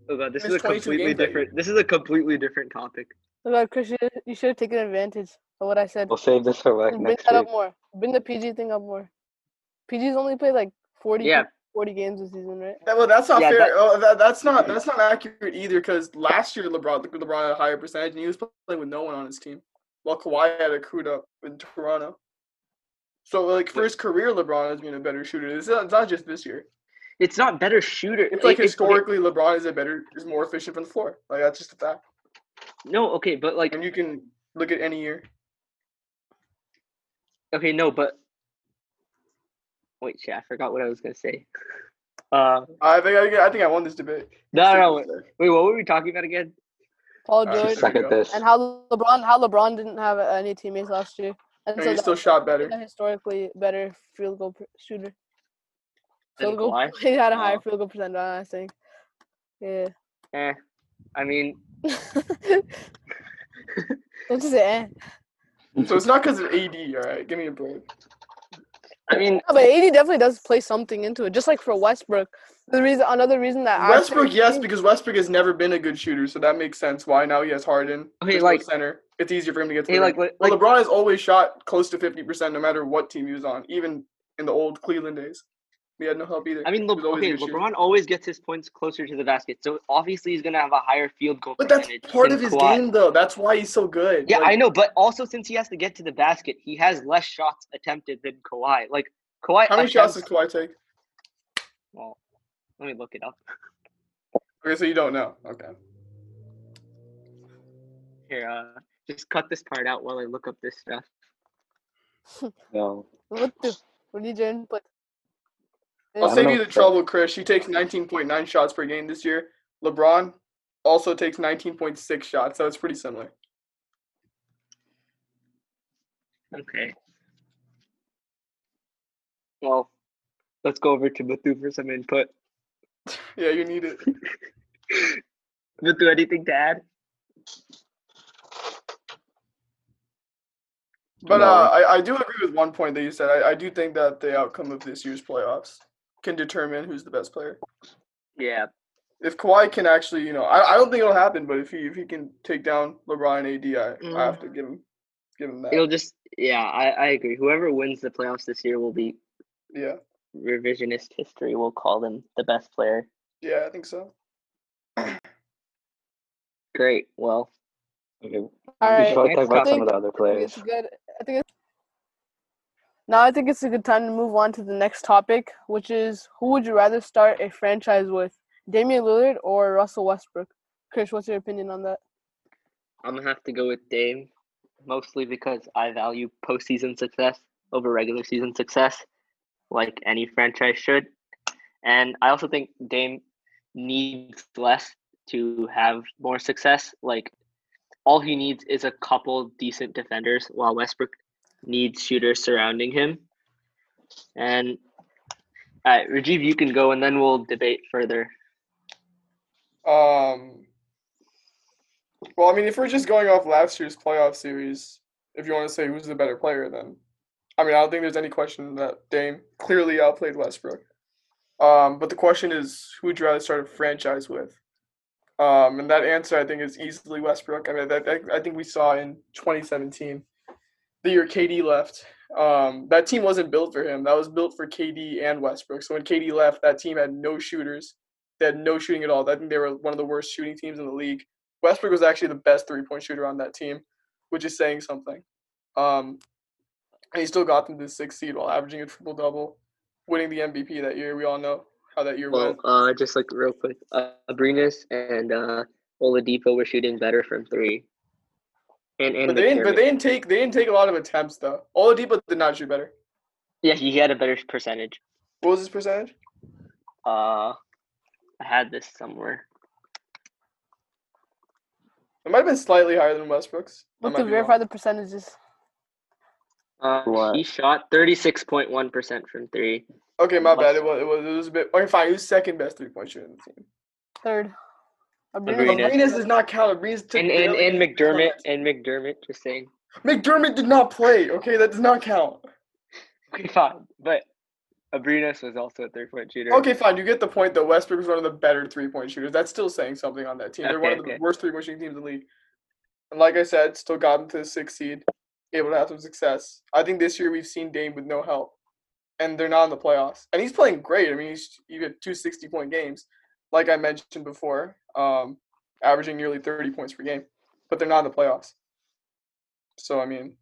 Speaker 2: oh god, this is
Speaker 3: Missed
Speaker 2: a
Speaker 3: 22
Speaker 2: completely
Speaker 3: games that
Speaker 2: different. This is a completely different topic.
Speaker 1: Look, at Christian, you should have taken advantage of what I said.
Speaker 4: We'll save this for like
Speaker 1: Bring that
Speaker 4: next
Speaker 1: up
Speaker 4: week.
Speaker 1: more. Bring the PG thing up more. PG's only played like 40,
Speaker 2: Yeah,
Speaker 1: 40 games this season, right?
Speaker 3: That- well, that's not
Speaker 2: Yeah,
Speaker 3: fair.
Speaker 2: that-
Speaker 3: oh, that, that's not that's not accurate either. Because last year LeBron LeBron had a higher percentage, and he was playing with no one on his team, while Kawhi had accrued up in Toronto. So like for his career, LeBron has been a better shooter. It's not, it's not just this year.
Speaker 2: it's not better shooter.
Speaker 3: It's like
Speaker 2: It- it- okay,
Speaker 3: historically, LeBron is a better is more efficient from the floor. Like that's just a fact.
Speaker 2: no, okay, but like
Speaker 3: And you can look at any year.
Speaker 2: okay, no, but wait, shit, I forgot what I was gonna say. *laughs* Uh,
Speaker 3: I think I, I think I won this debate.
Speaker 2: no, no, no, wait, what were we talking about again?
Speaker 1: Paul
Speaker 3: Alright,
Speaker 1: George
Speaker 3: There
Speaker 4: Just suck
Speaker 3: we
Speaker 4: at
Speaker 3: go.
Speaker 4: this.
Speaker 1: and how LeBron how LeBron didn't have any teammates last year, and
Speaker 3: And
Speaker 1: so
Speaker 3: he
Speaker 1: that's
Speaker 3: still shot better.
Speaker 1: a historically better field goal per- shooter.
Speaker 2: Than
Speaker 1: Field goal,
Speaker 2: Kawhi?
Speaker 1: *laughs* he had a higher
Speaker 2: Oh.
Speaker 1: field goal percentage, I think. Yeah. *laughs*
Speaker 2: Eh, I mean,
Speaker 1: Don't just say eh.
Speaker 3: So it's not because of AD. All right, give me a break.
Speaker 2: I mean,
Speaker 1: No, but AD definitely does play something into it, just like for Westbrook. The reason, another reason that Uh, I
Speaker 3: Westbrook,
Speaker 1: think-
Speaker 3: yes, because Westbrook has never been a good shooter, so that makes sense. Why now he has Harden,
Speaker 2: Okay,
Speaker 3: there's
Speaker 2: like-
Speaker 3: no center. It's easier for him to get to
Speaker 2: hey,
Speaker 3: the
Speaker 2: like,
Speaker 3: rim.
Speaker 2: like,
Speaker 3: Well, LeBron has always shot close to fifty percent, no matter what team he was on, even in the old Cleveland days. He had no help either.
Speaker 2: I mean,
Speaker 3: He
Speaker 2: Le-
Speaker 3: was always a
Speaker 2: okay,
Speaker 3: good shooter.
Speaker 2: LeBron always gets his points closer to the basket, so obviously he's gonna have a higher field goal
Speaker 3: But that's
Speaker 2: percentage
Speaker 3: part
Speaker 2: than
Speaker 3: of his
Speaker 2: Kawhi.
Speaker 3: game, though. That's why he's so good.
Speaker 2: Yeah,
Speaker 3: Like,
Speaker 2: I know, but also since he has to get to the basket, he has less shots attempted than Kawhi. Like Kawhi,
Speaker 3: How many shots
Speaker 2: attempts-
Speaker 3: does Kawhi take?
Speaker 2: well, let me look it up
Speaker 3: Okay, so you don't know. Okay.
Speaker 2: here. Uh, just cut this part out while I look up this stuff.
Speaker 4: No.
Speaker 1: What do? What did your input?
Speaker 3: I'll
Speaker 4: I
Speaker 1: Is-
Speaker 4: don't
Speaker 3: save you
Speaker 4: know
Speaker 3: the
Speaker 4: if that-
Speaker 3: trouble, Chris. He takes 19.9 shots per game this year. LeBron also takes 19.6 shots, so it's pretty similar.
Speaker 2: Okay. Well, let's go over to Muthu for some input.
Speaker 3: Yeah, you need it.
Speaker 2: Muthu, anything to add?
Speaker 3: But
Speaker 4: No.
Speaker 3: uh, I, I do agree with one point that you said. I, I do think that the outcome of this year's playoffs can determine who's the best player.
Speaker 2: Yeah.
Speaker 3: If Kawhi can actually, you know, I, I don't think it'll happen, but if he if he can take down LeBron and AD, I, I have to give him give him that.
Speaker 2: It'll just yeah, I, I agree. Whoever wins the playoffs this year will be
Speaker 3: yeah,
Speaker 2: revisionist history will call them the best player.
Speaker 3: yeah, I think so.
Speaker 2: Great. Well,
Speaker 4: Okay.
Speaker 1: All
Speaker 4: we should
Speaker 1: right.
Speaker 4: probably
Speaker 2: Next
Speaker 4: talk about some
Speaker 1: topic.
Speaker 4: of the other
Speaker 1: I think it's
Speaker 4: players.
Speaker 1: a good. I think it's, now I think it's a good time to move on to the next topic, which is who would you rather start a franchise with, Damian Lillard or Russell Westbrook? Chris, what's your opinion on that?
Speaker 2: I'm gonna have to go with Dame, mostly because I value postseason success over regular season success, like any franchise should. And I also think Dame needs less to have more success. Like all he needs is a couple decent defenders, while Westbrook needs shooters surrounding him. And uh, Rajiv, you can go, and then we'll debate further.
Speaker 3: Um, well, I mean, if we're just going off last year's playoff series, if you want to say who's the better player, then I mean, I don't think there's any question that Dame clearly outplayed Westbrook. Um, but the question is, who would you rather start a franchise with? Um, and that answer, I think, is easily Westbrook. I mean, that, that, I think we saw in 2017, the year KD left. Um, that team wasn't built for him. That was built for KD and Westbrook. So when KD left, that team had no shooters. They had no shooting at all. I think they were one of the worst shooting teams in the league. Westbrook was actually the best three-point shooter on that team, which is saying something. Um, and he still got them to the sixth seed while averaging a triple double, winning the MVP that year. We all know how that year
Speaker 2: Well,
Speaker 3: went.
Speaker 2: uh, just like real quick, uh, Abrinas and uh, Oladipo were shooting better from three, and and
Speaker 3: But they didn't. But
Speaker 2: McDermott.
Speaker 3: they didn't take. They didn't take a lot of attempts though. Oladipo did not shoot better.
Speaker 2: yeah, he had a better percentage.
Speaker 3: What was his percentage?
Speaker 2: Uh, I had this somewhere.
Speaker 3: It might have been slightly higher than Westbrook's. I
Speaker 1: Look
Speaker 3: might
Speaker 1: to
Speaker 3: be
Speaker 1: verify
Speaker 3: wrong.
Speaker 1: the percentages.
Speaker 2: Uh,
Speaker 4: What?
Speaker 2: he shot thirty six point one percent from three.
Speaker 3: Okay, my
Speaker 2: West-
Speaker 3: bad. It was. It was. It was a bit. Okay, fine. He was second best three point shooter in the team.
Speaker 1: Third. Abreu.
Speaker 2: Abreu. Arenas.
Speaker 3: Arenas is not count. Arenas took
Speaker 2: And and,
Speaker 3: barely
Speaker 2: and
Speaker 3: any
Speaker 2: McDermott
Speaker 3: points.
Speaker 2: and McDermott just saying
Speaker 3: McDermott did not play. Okay, that does not count.
Speaker 2: okay fine, but Abrinas was also a three point shooter.
Speaker 3: Okay, fine. You get the point that Westbrook was one of the better three point shooters. That's still saying something on that team. They're one
Speaker 2: Okay,
Speaker 3: of the
Speaker 2: okay.
Speaker 3: worst three point shooting teams in the league. And like I said, still got them to the sixth seed, able to have some success. I think this year we've seen Dame with no help, and they're not in the playoffs. And he's playing great. I mean, he's you get two 60 point games, like I mentioned before, um, averaging nearly 30 points per game, but they're not in the playoffs. So, I mean,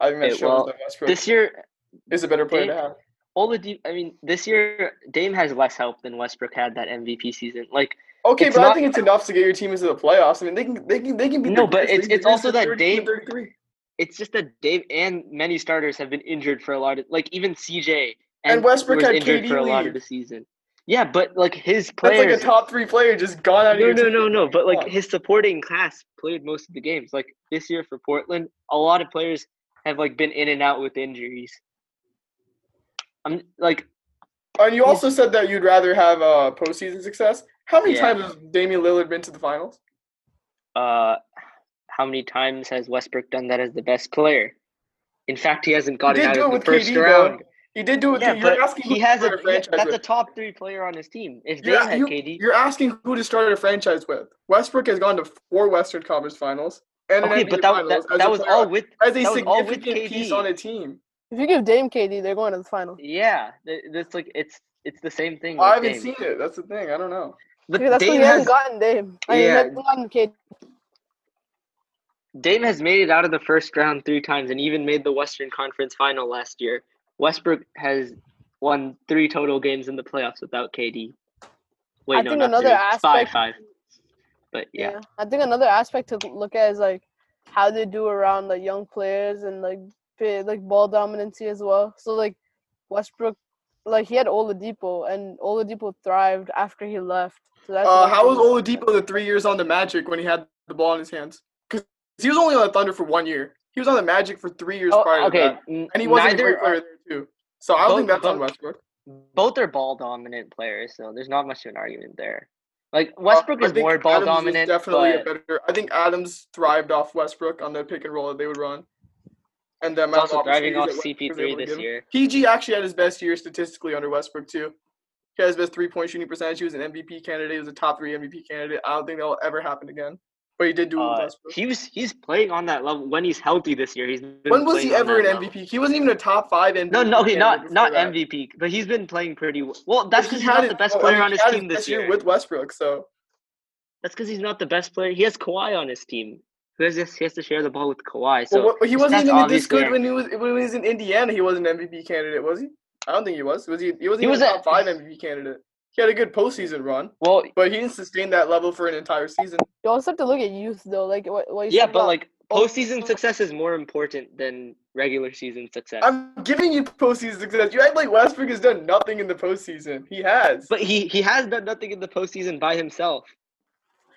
Speaker 3: I think that
Speaker 2: Okay,
Speaker 3: shows
Speaker 2: well,
Speaker 3: that Westbrook
Speaker 2: This year
Speaker 3: is a better player to
Speaker 2: Dame-
Speaker 3: have.
Speaker 2: all the deep, I mean, this year Dame has less help than Westbrook had that MVP season. Like,
Speaker 3: Okay,
Speaker 2: It's
Speaker 3: but I
Speaker 2: not-
Speaker 3: think it's enough to get your team into the playoffs. I mean, they can, they can, they can beat.
Speaker 2: No,
Speaker 3: the
Speaker 2: but
Speaker 3: Grizzlies.
Speaker 2: it's-
Speaker 3: The
Speaker 2: it's also
Speaker 3: Grizzlies
Speaker 2: that
Speaker 3: are 32 and
Speaker 2: Dame-
Speaker 3: 33.
Speaker 2: it's just that Dave and many starters have been injured for a lot of, like even CJ
Speaker 3: And Westbrook
Speaker 2: was
Speaker 3: had
Speaker 2: injured
Speaker 3: KD
Speaker 2: for a lot of
Speaker 3: leave.
Speaker 2: the season. Yeah, but like his
Speaker 3: That's like a
Speaker 2: players,
Speaker 3: top three player just gone out of
Speaker 2: no,
Speaker 3: your
Speaker 2: no,
Speaker 3: team.
Speaker 2: no, no. But like
Speaker 3: on.
Speaker 2: his supporting class played most of the games. Like this year for Portland, a lot of players have like been in and out with injuries. I'm like
Speaker 3: And you also said that you'd rather have uh, postseason success. How many
Speaker 2: Yeah.
Speaker 3: times has Damian Lillard been to the finals?
Speaker 2: uh how many times has Westbrook done that as the best player? In fact, he hasn't gotten
Speaker 3: did
Speaker 2: out
Speaker 3: do
Speaker 2: of
Speaker 3: it
Speaker 2: the
Speaker 3: with
Speaker 2: first
Speaker 3: KD though.
Speaker 2: round.
Speaker 3: He did do it.
Speaker 2: Yeah,
Speaker 3: too. you're
Speaker 2: but
Speaker 3: asking who
Speaker 2: he
Speaker 3: to
Speaker 2: has a,
Speaker 3: start a
Speaker 2: he-
Speaker 3: franchise
Speaker 2: that's a
Speaker 3: with.
Speaker 2: top three player on his team. If
Speaker 3: You're,
Speaker 2: Dame
Speaker 3: a-
Speaker 2: had
Speaker 3: you,
Speaker 2: KD,
Speaker 3: you're asking who to start a franchise with. Westbrook has gone to four Western Conference Finals and an
Speaker 2: Okay,
Speaker 3: NBA
Speaker 2: but that,
Speaker 3: Finals
Speaker 2: that,
Speaker 3: as
Speaker 2: that
Speaker 3: a
Speaker 2: was
Speaker 3: player-
Speaker 2: all with
Speaker 3: as a
Speaker 2: that was all with
Speaker 3: significant piece
Speaker 2: KD.
Speaker 3: on a team.
Speaker 1: If you give Dame KD, they're going to the final.
Speaker 2: yeah. th- That's like it's it's the same thing. with
Speaker 3: I haven't
Speaker 2: Dame.
Speaker 3: seen it. That's the thing. I don't know.
Speaker 2: But
Speaker 1: Okay, that's because
Speaker 2: Dame
Speaker 1: he hasn't
Speaker 2: has
Speaker 1: gotten Dame. I mean, he
Speaker 2: Yeah.
Speaker 1: hasn't gotten KD.
Speaker 2: Dame has made it out of the first round three times and even made the Western Conference Final last year. Westbrook has won three total games in the playoffs without KD. Wait,
Speaker 1: I
Speaker 2: no,
Speaker 1: think
Speaker 2: not
Speaker 1: another
Speaker 2: three. It's five,
Speaker 1: aspect-
Speaker 2: five. But yeah,
Speaker 1: I think another aspect to look at is like how they do around like young players and like big, like ball dominancy as well. So like Westbrook, like he had Oladipo, and Oladipo thrived after he left. So that's
Speaker 3: Uh,
Speaker 1: another
Speaker 3: how
Speaker 1: thing.
Speaker 3: was Oladipo the three years on the Magic when he had the ball in his hands? Because he was only on the Thunder for one year. He was on the Magic for three years
Speaker 2: Oh,
Speaker 3: prior to
Speaker 2: okay.
Speaker 3: that,
Speaker 2: n-
Speaker 3: and he wasn't a
Speaker 2: Neither
Speaker 3: great player
Speaker 2: are,
Speaker 3: there too. So I don't think
Speaker 2: both-
Speaker 3: that's on
Speaker 2: both-
Speaker 3: Westbrook.
Speaker 2: both are ball dominant players, so there's not much of an argument there. Like Westbrook
Speaker 3: Uh, I
Speaker 2: is
Speaker 3: think
Speaker 2: more ball
Speaker 3: Adams was
Speaker 2: dominant,
Speaker 3: definitely
Speaker 2: but
Speaker 3: a better. I think Adams thrived off Westbrook on the pick and roll that they would run, and the
Speaker 2: He's
Speaker 3: amount of
Speaker 2: also thriving
Speaker 3: opportunities
Speaker 2: off
Speaker 3: that Westbrook was able
Speaker 2: CP3
Speaker 3: to
Speaker 2: this
Speaker 3: give him.
Speaker 2: year.
Speaker 3: PG actually had his best year statistically under Westbrook too. He had his best three-point shooting percentage. He was an MVP candidate. He was a top three MVP candidate. I don't think that will ever happen again. But he did do it with
Speaker 2: Uh,
Speaker 3: Westbrook.
Speaker 2: he was he's playing on that level when he's healthy this year. He's been
Speaker 3: When was he
Speaker 2: playing on
Speaker 3: ever an
Speaker 2: that
Speaker 3: MVP?
Speaker 2: level.
Speaker 3: He wasn't even a top five MVP.
Speaker 2: No, no, okay,
Speaker 3: candidate
Speaker 2: not not
Speaker 3: before that.
Speaker 2: MVP, but he's been playing pretty well. Well,
Speaker 3: But
Speaker 2: that's
Speaker 3: he
Speaker 2: because he's
Speaker 3: had
Speaker 2: not
Speaker 3: his-
Speaker 2: the best
Speaker 3: well, I
Speaker 2: player
Speaker 3: mean,
Speaker 2: on
Speaker 3: he
Speaker 2: his
Speaker 3: had
Speaker 2: team this
Speaker 3: best year
Speaker 2: year.
Speaker 3: with Westbrook. So
Speaker 2: That's because he's not the best player. He has Kawhi on his team. Who has this? He has to share the ball with Kawhi.
Speaker 3: well,
Speaker 2: So
Speaker 3: what- he wasn't
Speaker 2: stats
Speaker 3: even this
Speaker 2: obviously
Speaker 3: good
Speaker 2: are-
Speaker 3: when he was when he was in Indiana. He was an MVP candidate, was he? I don't think he was. Was he? He wasn't
Speaker 2: He
Speaker 3: even
Speaker 2: was
Speaker 3: a
Speaker 2: a-
Speaker 3: top five MVP candidate. He had a good postseason run,
Speaker 2: well,
Speaker 3: but he didn't sustain that level for an entire season.
Speaker 1: You also have to look at youth though. Like what, what you
Speaker 2: yeah,
Speaker 1: said
Speaker 2: but
Speaker 1: about-
Speaker 2: like postseason success is more important than regular season success.
Speaker 3: I'm giving you postseason success. You act like Westbrook has done nothing in the postseason. He has.
Speaker 2: But he he has done nothing in the postseason by himself.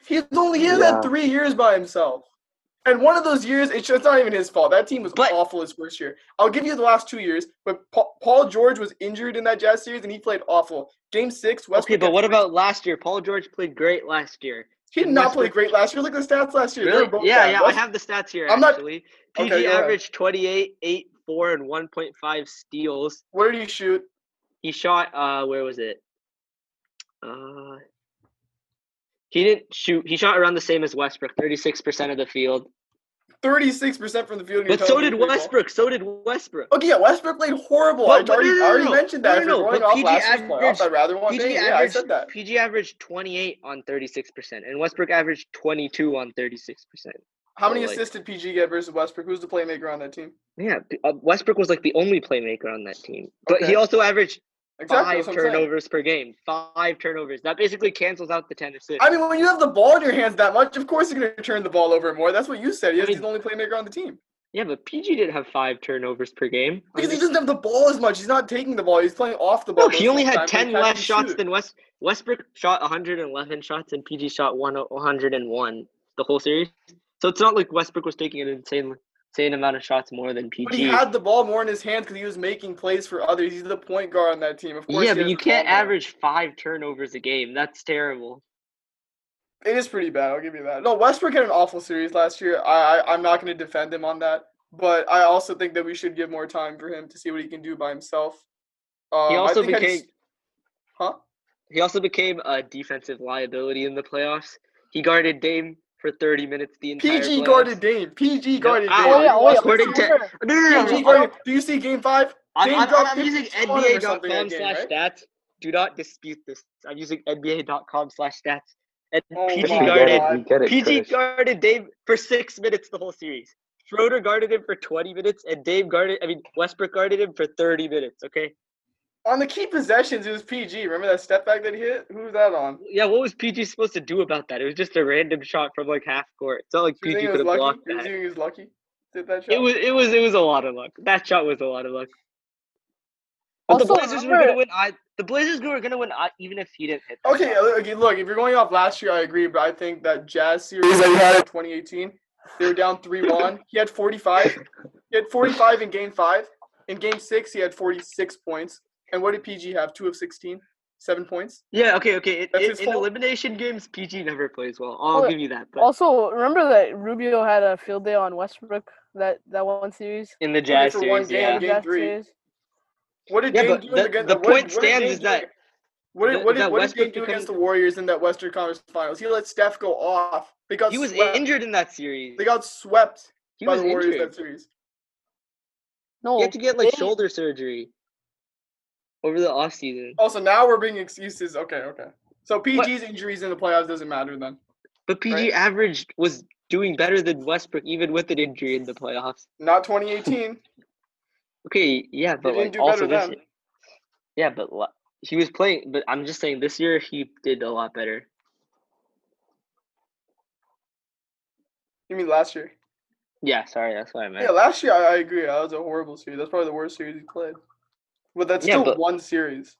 Speaker 3: He's only he has
Speaker 4: Yeah.
Speaker 3: had three years by himself, and one of those years it's, it's not even his fault. That team was
Speaker 2: But-
Speaker 3: awful his first year. I'll give you the last two years, but Paul, Paul George was injured in that Jazz series and he played awful. Game six,
Speaker 2: Okay,
Speaker 3: Westbrook.
Speaker 2: but
Speaker 3: had
Speaker 2: what
Speaker 3: three-
Speaker 2: about last year? Paul George played great last year.
Speaker 3: He did
Speaker 2: and
Speaker 3: not play
Speaker 2: Westbrook-
Speaker 3: great last year. Look at the stats last year. They
Speaker 2: Really?
Speaker 3: were both
Speaker 2: Yeah,
Speaker 3: bad.
Speaker 2: yeah. I
Speaker 3: West-
Speaker 2: have the stats here
Speaker 3: I'm not-
Speaker 2: actually.
Speaker 3: Okay,
Speaker 2: PG
Speaker 3: go ahead.
Speaker 2: averaged 28, 8, 4, and 1.5 steals.
Speaker 3: What did he shoot?
Speaker 2: He shot uh where was it? Uh he didn't shoot. He shot around the same as Westbrook, 36% of the field.
Speaker 3: Thirty-six percent from the field. and you're
Speaker 2: But so
Speaker 3: telling me
Speaker 2: did
Speaker 3: three ball?
Speaker 2: Westbrook. So did Westbrook.
Speaker 3: Okay, yeah, Westbrook played horrible.
Speaker 2: But-
Speaker 3: I
Speaker 2: but
Speaker 3: already,
Speaker 2: no, no,
Speaker 3: I already
Speaker 2: no, no.
Speaker 3: mentioned
Speaker 2: No,
Speaker 3: that.
Speaker 2: no,
Speaker 3: if you're
Speaker 2: no,
Speaker 3: going
Speaker 2: but
Speaker 3: off
Speaker 2: PG
Speaker 3: last year's
Speaker 2: averaged-
Speaker 3: playoffs, I'd rather want
Speaker 2: PG
Speaker 3: Dame. Yeah, I
Speaker 2: averaged
Speaker 3: said that.
Speaker 2: PG averaged 28 on 36%, and Westbrook averaged 22 on 36%.
Speaker 3: How many
Speaker 2: So, like-
Speaker 3: assists did PG get versus Westbrook? Who's the playmaker on that team?
Speaker 2: Yeah, p- uh, Westbrook was like the only playmaker on that team, but
Speaker 3: Okay.
Speaker 2: he also averaged
Speaker 3: Exactly.
Speaker 2: five
Speaker 3: that's what I'm saying.
Speaker 2: turnovers per game. Five turnovers. That basically cancels out the ten assists.
Speaker 3: I mean, when you have the ball in your hands that much, of course you're going to turn the ball over more. That's what you said. He
Speaker 2: I
Speaker 3: is
Speaker 2: mean-
Speaker 3: the only playmaker on the team
Speaker 2: yeah, but PG didn't have five turnovers per game. I'm
Speaker 3: because he
Speaker 2: just-
Speaker 3: doesn't have the ball as much. He's not taking the ball. He's playing off the ball.
Speaker 2: no,
Speaker 3: most
Speaker 2: he only
Speaker 3: of the
Speaker 2: had
Speaker 3: time,
Speaker 2: ten
Speaker 3: but he catches
Speaker 2: less
Speaker 3: and
Speaker 2: shots
Speaker 3: shoot.
Speaker 2: than West. Westbrook shot 111 shots and PG shot uh, 1 101 the whole series. So it's not like Westbrook was taking an insane insane amount of shots more than PG.
Speaker 3: But he had the ball more in his hands because he was making plays for others. He's the point guard on that team. Of course.
Speaker 2: yeah,
Speaker 3: he
Speaker 2: but
Speaker 3: has
Speaker 2: you
Speaker 3: the
Speaker 2: can't
Speaker 3: ball more.
Speaker 2: average five turnovers a game. That's terrible.
Speaker 3: It is pretty bad. I'll give you that. No, Westbrook had an awful series last year. I, I I'm not going to defend him on that, but I also think that we should give more time for him to see what he can do by himself. Um,
Speaker 2: He
Speaker 3: I
Speaker 2: also
Speaker 3: think I
Speaker 2: became
Speaker 3: just- huh?
Speaker 2: he also became a defensive liability in the playoffs. He guarded Dame for 30 minutes the entire
Speaker 3: PG
Speaker 2: playoffs.
Speaker 3: guarded Dame. PG guarded
Speaker 2: I-
Speaker 3: Dame.
Speaker 1: Oh, yeah,
Speaker 3: Are you
Speaker 1: oh, yeah.
Speaker 3: watching
Speaker 2: According
Speaker 3: this
Speaker 2: to-
Speaker 3: game?
Speaker 1: Sure.
Speaker 2: No, no, no, no,
Speaker 3: PG
Speaker 2: no. I'm,
Speaker 3: guarded. Do you see Game Five? Dame
Speaker 2: I'm, I'm,
Speaker 3: dropped
Speaker 2: I'm using
Speaker 3: 56 on him or something that
Speaker 2: NBA.com
Speaker 3: game,
Speaker 2: slash
Speaker 3: right?
Speaker 2: stats. Do not dispute this. I'm using NBA.com slash stats. And
Speaker 3: Oh
Speaker 4: If
Speaker 2: PG
Speaker 4: you
Speaker 3: my
Speaker 4: get
Speaker 2: guarded
Speaker 4: it,
Speaker 3: God.
Speaker 4: you get it.
Speaker 2: PG
Speaker 4: Chris.
Speaker 2: guarded Dame for six minutes the whole series. Schroeder guarded him for 20 minutes, and Dame guarded, I mean, Westbrook guarded him for 30 minutes, okay?
Speaker 3: On the key possessions, it was PG. Remember that step back that he hit? Who was that on?
Speaker 2: Yeah, what was PG supposed to do about that? It was just a random shot from like half court. It's not like
Speaker 3: You
Speaker 2: PG
Speaker 3: think
Speaker 2: could
Speaker 3: it was
Speaker 2: have
Speaker 3: lucky?
Speaker 2: blocked
Speaker 3: You
Speaker 2: that.
Speaker 3: think he was lucky? Did that shot?
Speaker 2: It was it was it was a lot of luck. That shot was a lot of luck. But
Speaker 1: Also,
Speaker 2: the Blazers were
Speaker 1: remember-
Speaker 2: gonna win. I the Blazers were gonna win I, even if he didn't hit. That
Speaker 3: Okay,
Speaker 2: shot.
Speaker 3: uh, okay, look, if you're going off last year, I agree, but I think that Jazz series that he had in 2018, they were down 3 *laughs* 1. He had 45. He had 45 in game five. In game six, he had 46 points. And what did PG have? Two of 16? Seven points?
Speaker 2: Yeah. Okay. Okay. It,
Speaker 3: That's
Speaker 2: it-
Speaker 3: his
Speaker 2: in
Speaker 3: fault?
Speaker 2: elimination games, PG never plays well. I'll
Speaker 1: Well,
Speaker 2: give you that. But
Speaker 1: Also, remember that Rubio had a field day on Westbrook that that one series.
Speaker 2: in the Jazz
Speaker 3: for one
Speaker 2: series,
Speaker 3: game,
Speaker 2: yeah.
Speaker 3: game-
Speaker 1: That
Speaker 3: three.
Speaker 1: series.
Speaker 3: What did
Speaker 2: Yeah,
Speaker 3: Dame
Speaker 2: but
Speaker 3: do
Speaker 2: the-
Speaker 3: against
Speaker 2: the
Speaker 3: what did-
Speaker 2: point
Speaker 3: what did
Speaker 2: stands
Speaker 3: Dame
Speaker 2: is
Speaker 3: do
Speaker 2: that-
Speaker 3: against- What did,
Speaker 2: that-
Speaker 3: what did,
Speaker 2: that
Speaker 3: what did Dame
Speaker 2: Westbrook
Speaker 3: do against the
Speaker 2: becomes-
Speaker 3: Warriors in that Western Conference Finals? He let Steph go off. They got
Speaker 2: He was
Speaker 3: swept.
Speaker 2: injured in that series.
Speaker 3: They got swept
Speaker 2: He
Speaker 3: by
Speaker 2: was
Speaker 3: the Warriors
Speaker 2: injured.
Speaker 3: that series.
Speaker 1: No,
Speaker 2: He had to get like
Speaker 1: they-
Speaker 2: shoulder surgery over the off season.
Speaker 3: Also, now we're bringing excuses. Okay, okay. So
Speaker 2: What-
Speaker 3: PG's injuries in the playoffs doesn't matter then.
Speaker 2: But PG
Speaker 3: Right.
Speaker 2: averaged was doing better than Westbrook even with an injury in the playoffs. *laughs*
Speaker 3: Not 2018.
Speaker 2: Okay, yeah, but
Speaker 3: didn't
Speaker 2: like
Speaker 3: do
Speaker 2: also
Speaker 3: better
Speaker 2: this
Speaker 3: then.
Speaker 2: year. Yeah, but la- he was playing. But I'm just saying this year he did a lot better.
Speaker 3: You mean last year?
Speaker 2: Yeah, sorry, that's what I meant.
Speaker 3: Yeah, last year I, I agree. That was a horrible series. That's probably the worst series he played. But that's
Speaker 2: Yeah,
Speaker 3: still
Speaker 2: but-
Speaker 3: one series.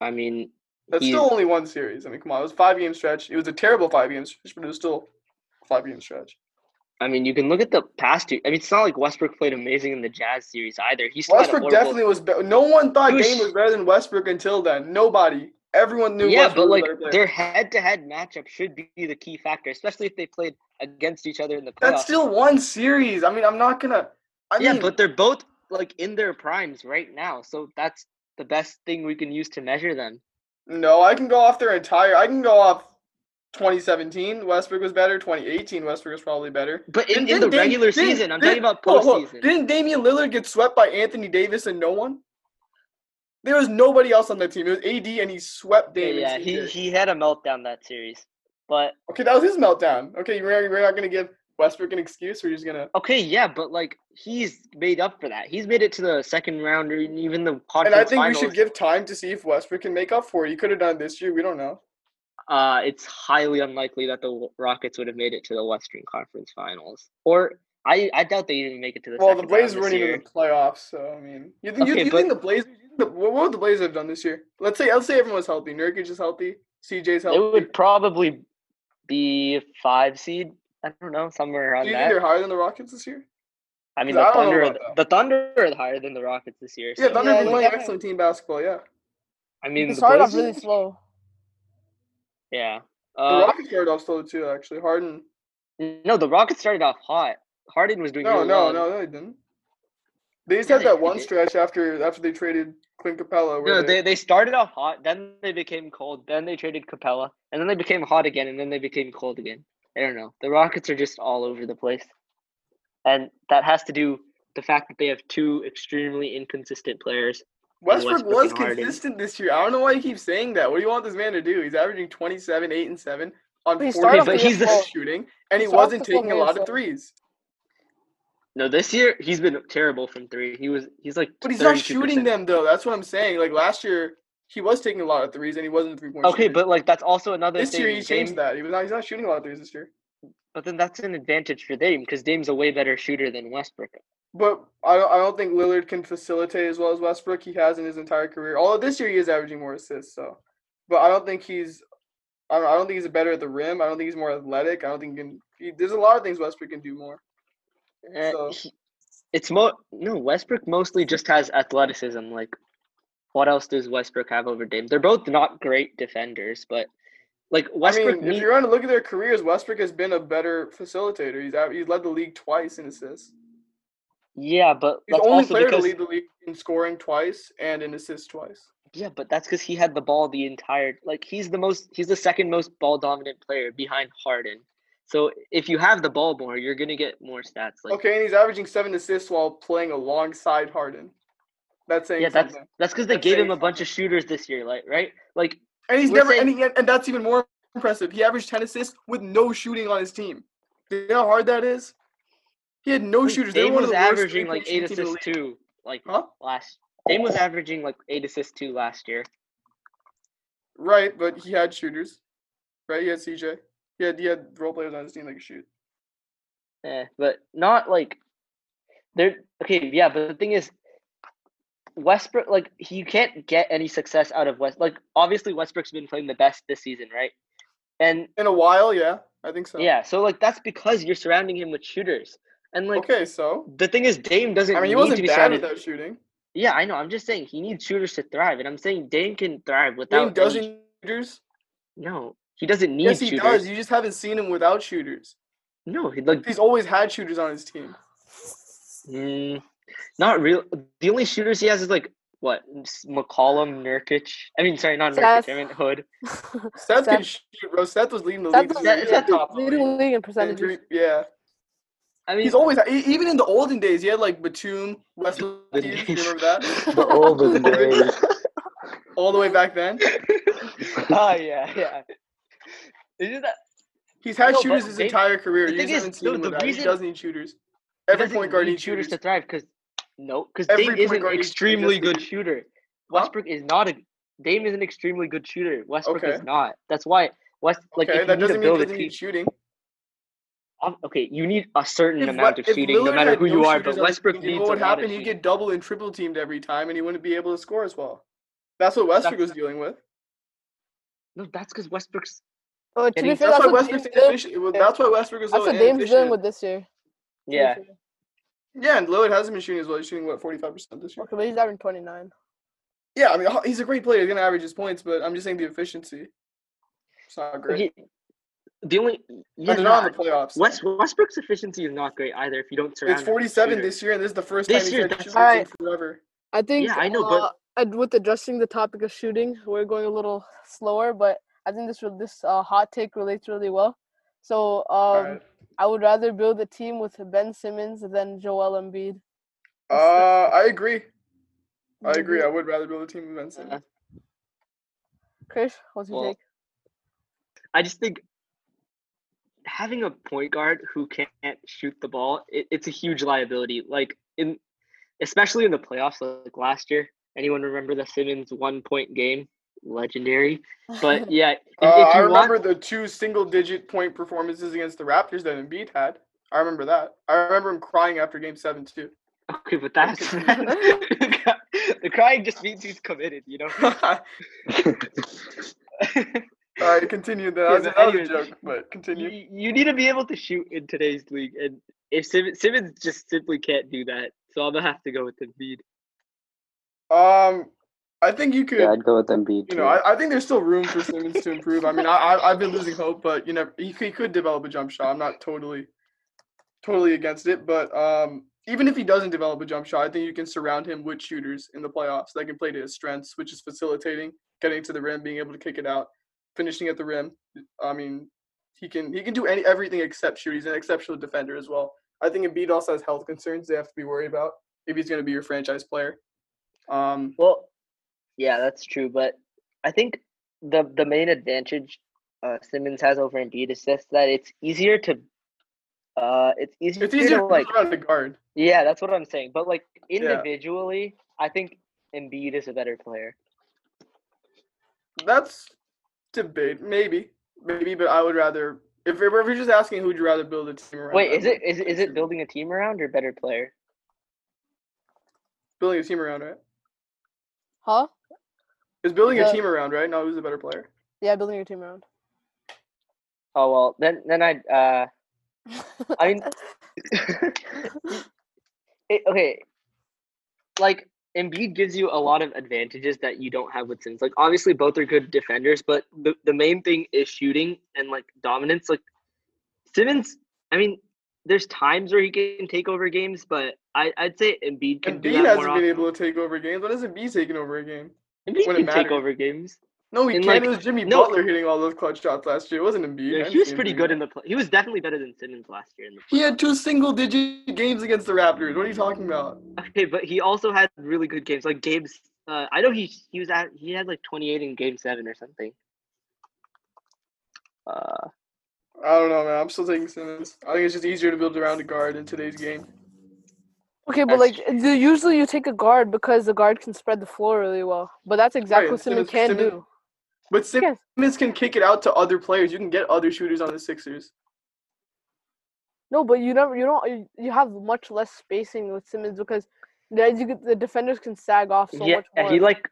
Speaker 2: I mean,
Speaker 3: That's
Speaker 2: he's-
Speaker 3: still only one series. I mean, come on. It was a five game stretch. It was a terrible five game stretch, but it was still a five game stretch.
Speaker 2: I mean, you can look at the past two. I mean, it's not like Westbrook played amazing in the Jazz series either. He still had
Speaker 3: Westbrook
Speaker 2: a horrible.
Speaker 3: definitely was better. No one thought
Speaker 2: He was
Speaker 3: Dame
Speaker 2: sh-
Speaker 3: was better than Westbrook until then. Nobody. Everyone knew
Speaker 2: yeah,
Speaker 3: Westbrook
Speaker 2: but like
Speaker 3: was a better player.
Speaker 2: their head-to-head matchup should be the key factor, especially if they played against each other in the playoffs.
Speaker 3: That's still one series. I mean, I'm not gonna. I
Speaker 2: uh, yeah,
Speaker 3: mean,
Speaker 2: but they're both like in their primes right now, so that's the best thing we can use to measure them.
Speaker 3: No, I can go off their entire. I can go off 2017. Westbrook was better. 2018. Westbrook was probably better.
Speaker 2: But in, in
Speaker 3: Didn't-
Speaker 2: the
Speaker 3: didn't Dame-
Speaker 2: regular
Speaker 3: didn't-
Speaker 2: season, I'm talking
Speaker 3: didn't-
Speaker 2: about
Speaker 3: hold on, hold on.
Speaker 2: postseason.
Speaker 3: Didn't Damian Lillard get swept by Anthony Davis and no one? There was nobody else on that team. It was AD, and he swept Dame.
Speaker 2: Yeah,
Speaker 3: and
Speaker 2: he
Speaker 3: CJ.
Speaker 2: he had a meltdown that series, but
Speaker 3: Okay, that was his meltdown. Okay, we're, we're not gonna give Westbrook an excuse. We're just gonna.
Speaker 2: Okay, yeah, but like he's made up for that. He's made it to the second round or even the
Speaker 3: And
Speaker 2: conference
Speaker 3: I think we
Speaker 2: finals.
Speaker 3: should give time to see if Westbrook can make up for it. He could have done it this year. We don't know.
Speaker 2: uh, it's highly unlikely that the Rockets would have made it to the Western Conference Finals, or I, I doubt they even make it to the.
Speaker 3: Well,
Speaker 2: second
Speaker 3: the
Speaker 2: round
Speaker 3: Blazers
Speaker 2: this
Speaker 3: weren't even
Speaker 2: year.
Speaker 3: in the playoffs, so I mean, you think you,
Speaker 2: Okay,
Speaker 3: you
Speaker 2: but-
Speaker 3: think the Blazers? you think the- what what would the Blazers have done this year? Let's say let's say everyone's healthy. Nurkic is healthy. CJ's
Speaker 2: They
Speaker 3: healthy.
Speaker 2: would probably be a five seed. I don't know, somewhere around
Speaker 3: Do you think they're
Speaker 2: that.
Speaker 3: higher than the Rockets this year?
Speaker 2: I mean,
Speaker 3: 'Cause
Speaker 2: the
Speaker 3: I don't know
Speaker 2: Thunder, are
Speaker 3: about
Speaker 2: the, the Thunder are higher than the Rockets this year.
Speaker 3: Yeah,
Speaker 2: so-
Speaker 3: Thunder
Speaker 1: Yeah,
Speaker 3: have been
Speaker 1: they
Speaker 3: playing
Speaker 1: definitely-
Speaker 3: excellent team basketball. Yeah,
Speaker 2: I
Speaker 1: They
Speaker 2: mean, the
Speaker 1: started off
Speaker 2: Blazers,
Speaker 1: really slow.
Speaker 2: *laughs* yeah.
Speaker 3: the
Speaker 2: Uh,
Speaker 3: Rockets started off slow too. Actually, Harden.
Speaker 2: no, the Rockets started off hot. Harden was doing
Speaker 3: No,
Speaker 2: really
Speaker 3: no,
Speaker 2: well.
Speaker 3: no, no, they didn't. They just
Speaker 2: Yeah,
Speaker 3: had
Speaker 2: they-
Speaker 3: that
Speaker 2: they
Speaker 3: one
Speaker 2: did.
Speaker 3: stretch after after they traded Clint Capella. Where
Speaker 2: No,
Speaker 3: they,
Speaker 2: they, they started off hot, then they became cold, then they traded Capella, and then they became hot again, and then they became cold again. I don't know. The Rockets are just all over the place. And that has to do the fact that they have two extremely inconsistent players.
Speaker 3: Westbrook,
Speaker 2: Westbrook
Speaker 3: was
Speaker 2: and Harden.
Speaker 3: consistent this year. I don't know why you keep saying that. What do you want this man to do? He's averaging 27, 8, and 7 on
Speaker 1: He
Speaker 3: 40
Speaker 1: started
Speaker 2: off the But he's the-
Speaker 1: slow.
Speaker 3: shooting, and
Speaker 1: He started
Speaker 3: he
Speaker 1: off
Speaker 3: wasn't
Speaker 1: the slow
Speaker 3: taking a
Speaker 1: game,
Speaker 3: lot
Speaker 1: so-
Speaker 3: of threes.
Speaker 2: No, this year he's been terrible from three. He was he's like
Speaker 3: But he's not
Speaker 2: 32%.
Speaker 3: shooting them though. That's what I'm saying. Like last year, he was taking a lot of threes and he wasn't a three point
Speaker 2: Okay,
Speaker 3: shooter.
Speaker 2: but like that's also another
Speaker 3: this
Speaker 2: thing.
Speaker 3: year he changed
Speaker 2: Dame-
Speaker 3: that. He was not. He's not shooting a lot of threes this year.
Speaker 2: But then that's an advantage for Dame because Dame's a way better shooter than Westbrook.
Speaker 3: But I don't, I don't think Lillard can facilitate as well as Westbrook. He has in his entire career. Although this year he is averaging more assists. So, but I don't think he's. I don't, I don't think he's better at the rim. I don't think he's more athletic. I don't think he can. He, there's a lot of things Westbrook can do more.
Speaker 2: Eh,
Speaker 3: So-
Speaker 2: he- it's mo no Westbrook mostly just has athleticism. Like, what else does Westbrook have over Dame? They're both not great defenders, but Like
Speaker 3: I
Speaker 2: Westbrook.
Speaker 3: mean, if
Speaker 2: need-
Speaker 3: you want to look at their careers, Westbrook has been a better facilitator. He's out, he's led the league twice in assists.
Speaker 2: yeah, but
Speaker 3: He's
Speaker 2: that's
Speaker 3: the only
Speaker 2: also
Speaker 3: player
Speaker 2: because
Speaker 3: to lead the league in scoring twice and in assists twice.
Speaker 2: yeah, but that's because he had the ball the entire. Like he's the most. He's the second most ball dominant player behind Harden. So if you have the ball more, you're gonna get more stats. Like
Speaker 3: Okay, and he's averaging seven assists while playing alongside Harden. That's saying
Speaker 2: yeah, that's
Speaker 3: something.
Speaker 2: that's because they
Speaker 3: That's
Speaker 2: gave
Speaker 3: saying
Speaker 2: him a bunch of shooters this year. Like right, like
Speaker 3: And he's
Speaker 2: we're
Speaker 3: never
Speaker 2: saying-
Speaker 3: and, he, and that's even more impressive. He averaged ten assists with no shooting on his team. Do you know how hard that is? He had no
Speaker 2: Wait,
Speaker 3: shooters. They
Speaker 2: Dame
Speaker 3: were one of
Speaker 2: was
Speaker 3: the worst
Speaker 2: averaging like eight
Speaker 3: three-point shooting teams in the
Speaker 2: assists too. Like
Speaker 3: league. Huh?
Speaker 2: last Dame was averaging like eight assists too last year.
Speaker 3: Right, but he had shooters. Right, he had CJ. He had he had role players on his team that could shoot.
Speaker 2: Eh, but not like they're okay. Yeah, but the thing is, Westbrook like he- you can't get any success out of West. Like obviously Westbrook's been playing the best this season, right? And
Speaker 3: In a while, yeah, I think so.
Speaker 2: yeah, so like that's because you're surrounding him with shooters. And like
Speaker 3: okay, so
Speaker 2: the thing is, Dame doesn't
Speaker 3: I mean, he
Speaker 2: need to
Speaker 3: wasn't
Speaker 2: be
Speaker 3: bad
Speaker 2: surrounded.
Speaker 3: without shooting.
Speaker 2: Yeah, I know. I'm just saying he needs shooters to thrive, and I'm saying Dame can thrive without.
Speaker 3: Dame
Speaker 2: any-
Speaker 3: doesn't shooters.
Speaker 2: No, he doesn't need
Speaker 3: Yes, he
Speaker 2: shooters.
Speaker 3: does. You just haven't seen him without shooters.
Speaker 2: No, he like
Speaker 3: He's always had shooters on
Speaker 2: *laughs*
Speaker 3: his team.
Speaker 2: Mm, not real. The only shooters he has is like what S- McCollum, Nurkic. I mean, sorry, not Nurkic.
Speaker 1: Seth.
Speaker 2: I meant Hood.
Speaker 3: Seth,
Speaker 1: Seth-
Speaker 3: can shoot, bro. Seth was leading the
Speaker 1: Seth
Speaker 3: league.
Speaker 1: was
Speaker 3: this year. He
Speaker 2: Seth-
Speaker 3: was
Speaker 2: Seth
Speaker 3: top of the
Speaker 1: leading the
Speaker 3: league
Speaker 1: league in
Speaker 3: in three-
Speaker 1: percentages.
Speaker 3: Yeah,
Speaker 2: I mean,
Speaker 3: he's always e- even in the olden days. He had like Batum, West.
Speaker 2: The
Speaker 3: Do you
Speaker 2: days.
Speaker 3: remember that?
Speaker 4: The olden
Speaker 3: Aldridge.
Speaker 4: days.
Speaker 3: All the way back then.
Speaker 2: oh *laughs* yeah, yeah. It's just that-
Speaker 3: He's had
Speaker 2: No,
Speaker 3: shooters
Speaker 2: but
Speaker 3: his
Speaker 2: Dame-
Speaker 3: entire career.
Speaker 2: the
Speaker 3: You
Speaker 2: thing
Speaker 3: just
Speaker 2: is,
Speaker 3: haven't seen
Speaker 2: no,
Speaker 3: him
Speaker 2: the
Speaker 3: without.
Speaker 2: reason-
Speaker 3: he does need shooters.
Speaker 2: he
Speaker 3: Every
Speaker 2: doesn't
Speaker 3: point guard
Speaker 2: need
Speaker 3: needs shooters.
Speaker 2: to thrive because no, because
Speaker 3: Every
Speaker 2: Dame
Speaker 3: point
Speaker 2: is an
Speaker 3: guard needs shooters,
Speaker 2: extremely
Speaker 3: yes,
Speaker 2: good
Speaker 3: he-
Speaker 2: shooter. Westbrook is not a Dame is an extremely good shooter. Westbrook is
Speaker 3: Okay.
Speaker 2: not. That's why West like
Speaker 3: okay,
Speaker 2: if you
Speaker 3: that
Speaker 2: need to
Speaker 3: doesn't mean
Speaker 2: build
Speaker 3: he
Speaker 2: a
Speaker 3: doesn't
Speaker 2: team.
Speaker 3: need shooting.
Speaker 2: Um, okay, you need a certain
Speaker 3: If,
Speaker 2: amount
Speaker 3: Le-
Speaker 2: of
Speaker 3: if
Speaker 2: shooting, no
Speaker 3: Lillard
Speaker 2: matter
Speaker 3: had
Speaker 2: who
Speaker 3: no
Speaker 2: you are.
Speaker 3: shooters
Speaker 2: But
Speaker 3: on his
Speaker 2: Westbrook
Speaker 3: team, you know
Speaker 2: needs
Speaker 3: what
Speaker 2: a
Speaker 3: would
Speaker 2: lot of
Speaker 3: happen? He'd
Speaker 2: shooting.
Speaker 3: get double and triple teamed every time, and he wouldn't be able to score as well. That's what Westbrook was dealing with.
Speaker 2: No, that's because Westbrook's.
Speaker 1: But Oh, to
Speaker 2: Getting-
Speaker 1: be fair,
Speaker 3: That's
Speaker 1: that's
Speaker 3: why
Speaker 1: what
Speaker 3: Westbrook's
Speaker 1: Dame's doing.
Speaker 3: inefficient. Well,
Speaker 1: yeah.
Speaker 3: That's why Westbrook is
Speaker 1: That's
Speaker 3: so
Speaker 1: what Dame's doing
Speaker 3: inefficient.
Speaker 1: with this year. to be
Speaker 2: Yeah,
Speaker 1: fair.
Speaker 3: Yeah, and Lillard hasn't been shooting as well. He's shooting what forty five percent this year.
Speaker 1: Okay, but he's averaging 29.
Speaker 3: Yeah, I mean ho- he's a great player. He's gonna average his points, but I'm just saying the efficiency. It's not great.
Speaker 2: he, the only yeah,
Speaker 3: and they're not in
Speaker 2: not,
Speaker 3: the playoffs.
Speaker 2: West Westbrook's efficiency is not great either if you don't surround.
Speaker 3: It's
Speaker 2: him with
Speaker 3: 47
Speaker 2: shooters.
Speaker 3: this year, and this is the first
Speaker 2: This
Speaker 3: time he's
Speaker 2: year,
Speaker 3: had
Speaker 2: that's-
Speaker 3: shooters in
Speaker 1: Alright.
Speaker 3: forever.
Speaker 1: I think
Speaker 2: I know, but-
Speaker 1: uh, and with addressing the topic of shooting, we're going a little slower, but I think this re- this uh, hot take relates really well. So um,
Speaker 3: Alright.
Speaker 1: I would rather build a team with Ben Simmons than Joel Embiid.
Speaker 3: Uh, I agree. I
Speaker 1: Do you
Speaker 3: agree. I would rather build a team with Ben
Speaker 2: Uh,
Speaker 3: Simmons.
Speaker 1: Krish, what's your
Speaker 2: Well,
Speaker 1: take?
Speaker 2: I just think having a point guard who can't shoot the ball, it, it's a huge liability. Like in, especially in the playoffs, like last year. Anyone remember the Simmons one point game? Legendary.
Speaker 3: *laughs*
Speaker 2: But yeah, if,
Speaker 3: Uh,
Speaker 2: if
Speaker 3: I
Speaker 2: you want,
Speaker 3: remember the two single-digit point performances against the Raptors that Embiid had. I remember that. I remember him crying after Game Seven too. *laughs*
Speaker 2: okay, but that's *laughs* the crying just means he's committed, you know.
Speaker 3: All
Speaker 2: *laughs*
Speaker 3: right, continue. Then
Speaker 2: Yeah,
Speaker 3: that was,
Speaker 2: but
Speaker 3: that was a
Speaker 2: anyways,
Speaker 3: joke, but continue.
Speaker 2: you, you need to be able to shoot in today's league, and if Simmons, Simmons just simply can't do that, so I'm gonna have to go with Embiid.
Speaker 3: Um, I think you could.
Speaker 4: Yeah, I'd go with Embiid
Speaker 3: you
Speaker 4: too.
Speaker 3: know, I, I think there's still room for Simmons to improve. I mean, I, I I've been losing hope, but you never he, could- he could develop a jump shot. I'm not totally totally against it, but um, even if he doesn't develop a jump shot, I think you can surround him with shooters in the playoffs that can play to his strengths, which is facilitating, getting to the rim, being able to kick it out, finishing at the rim. I mean, he can he can do any everything except shoot. He's an exceptional defender as well. I think Embiid also has health concerns they have to be worried about if he's going to be your franchise player. Um,
Speaker 2: Well, yeah, that's true, but I think the the main advantage uh, Simmons has over Embiid is just that it's easier to, uh, it's easier,
Speaker 3: it's easier
Speaker 2: to
Speaker 3: to
Speaker 2: like,
Speaker 3: surround a guard.
Speaker 2: yeah, that's what I'm saying. But like individually, I think Embiid is a better player.
Speaker 3: That's debate, maybe, maybe. But I would rather if, if we're just asking who would you rather build a team around.
Speaker 2: Wait,
Speaker 3: I
Speaker 2: is it
Speaker 3: would
Speaker 2: is it- is
Speaker 3: say
Speaker 2: it building a team around or better player?
Speaker 3: building a team around, right?
Speaker 1: *laughs* Huh?
Speaker 3: Is building
Speaker 1: Yeah.
Speaker 3: a team around, right? Now who's a better player?
Speaker 1: Yeah, building your team around.
Speaker 2: Oh well, then then I uh I mean, it, okay, like Embiid gives you a lot of advantages that you don't have with Sims. Like obviously both are good defenders, but the, the main thing is shooting and like dominance. Like Simmons, I mean, there's times where he can take over games, but I, I'd say Embiid can do
Speaker 3: Embiid
Speaker 2: that
Speaker 3: hasn't
Speaker 2: more
Speaker 3: been
Speaker 2: often.
Speaker 3: able to take over games. When has Embiid taken over a game?
Speaker 2: Embiid
Speaker 3: when
Speaker 2: can take
Speaker 3: it mattered.
Speaker 2: over games.
Speaker 3: No, he
Speaker 2: And,
Speaker 3: can't.
Speaker 2: like,
Speaker 3: it was Jimmy
Speaker 2: no-
Speaker 3: Butler hitting all those clutch shots last year. It wasn't Embiid. I
Speaker 2: Yeah,
Speaker 3: didn't
Speaker 2: he was
Speaker 3: see him
Speaker 2: pretty
Speaker 3: doing
Speaker 2: good
Speaker 3: that.
Speaker 2: in the play. He was definitely better than Simmons last year in the
Speaker 3: He had two single digit games against the Raptors. What are you talking about?
Speaker 2: Okay, but he also had really good games. Like games, uh, I know he he was at he had like twenty eight in game seven or something. Uh,
Speaker 3: I don't know, man. I'm still taking Simmons. I think it's just easier to build around a guard in today's game.
Speaker 1: *laughs* Okay, but like
Speaker 3: That's
Speaker 1: the, usually you take a guard because the guard can spread the floor really well. But that's exactly
Speaker 3: Right,
Speaker 1: what Simmons
Speaker 3: Simmons-
Speaker 1: can
Speaker 3: Simmons-
Speaker 1: do.
Speaker 3: But Sim-
Speaker 1: Yes.
Speaker 3: Simmons can kick it out to other players. You can get other shooters on the Sixers.
Speaker 1: No, but you never you don't you- you have much less spacing with Simmons because the, you get, the defenders can sag off so
Speaker 2: yeah,
Speaker 1: much more.
Speaker 2: he like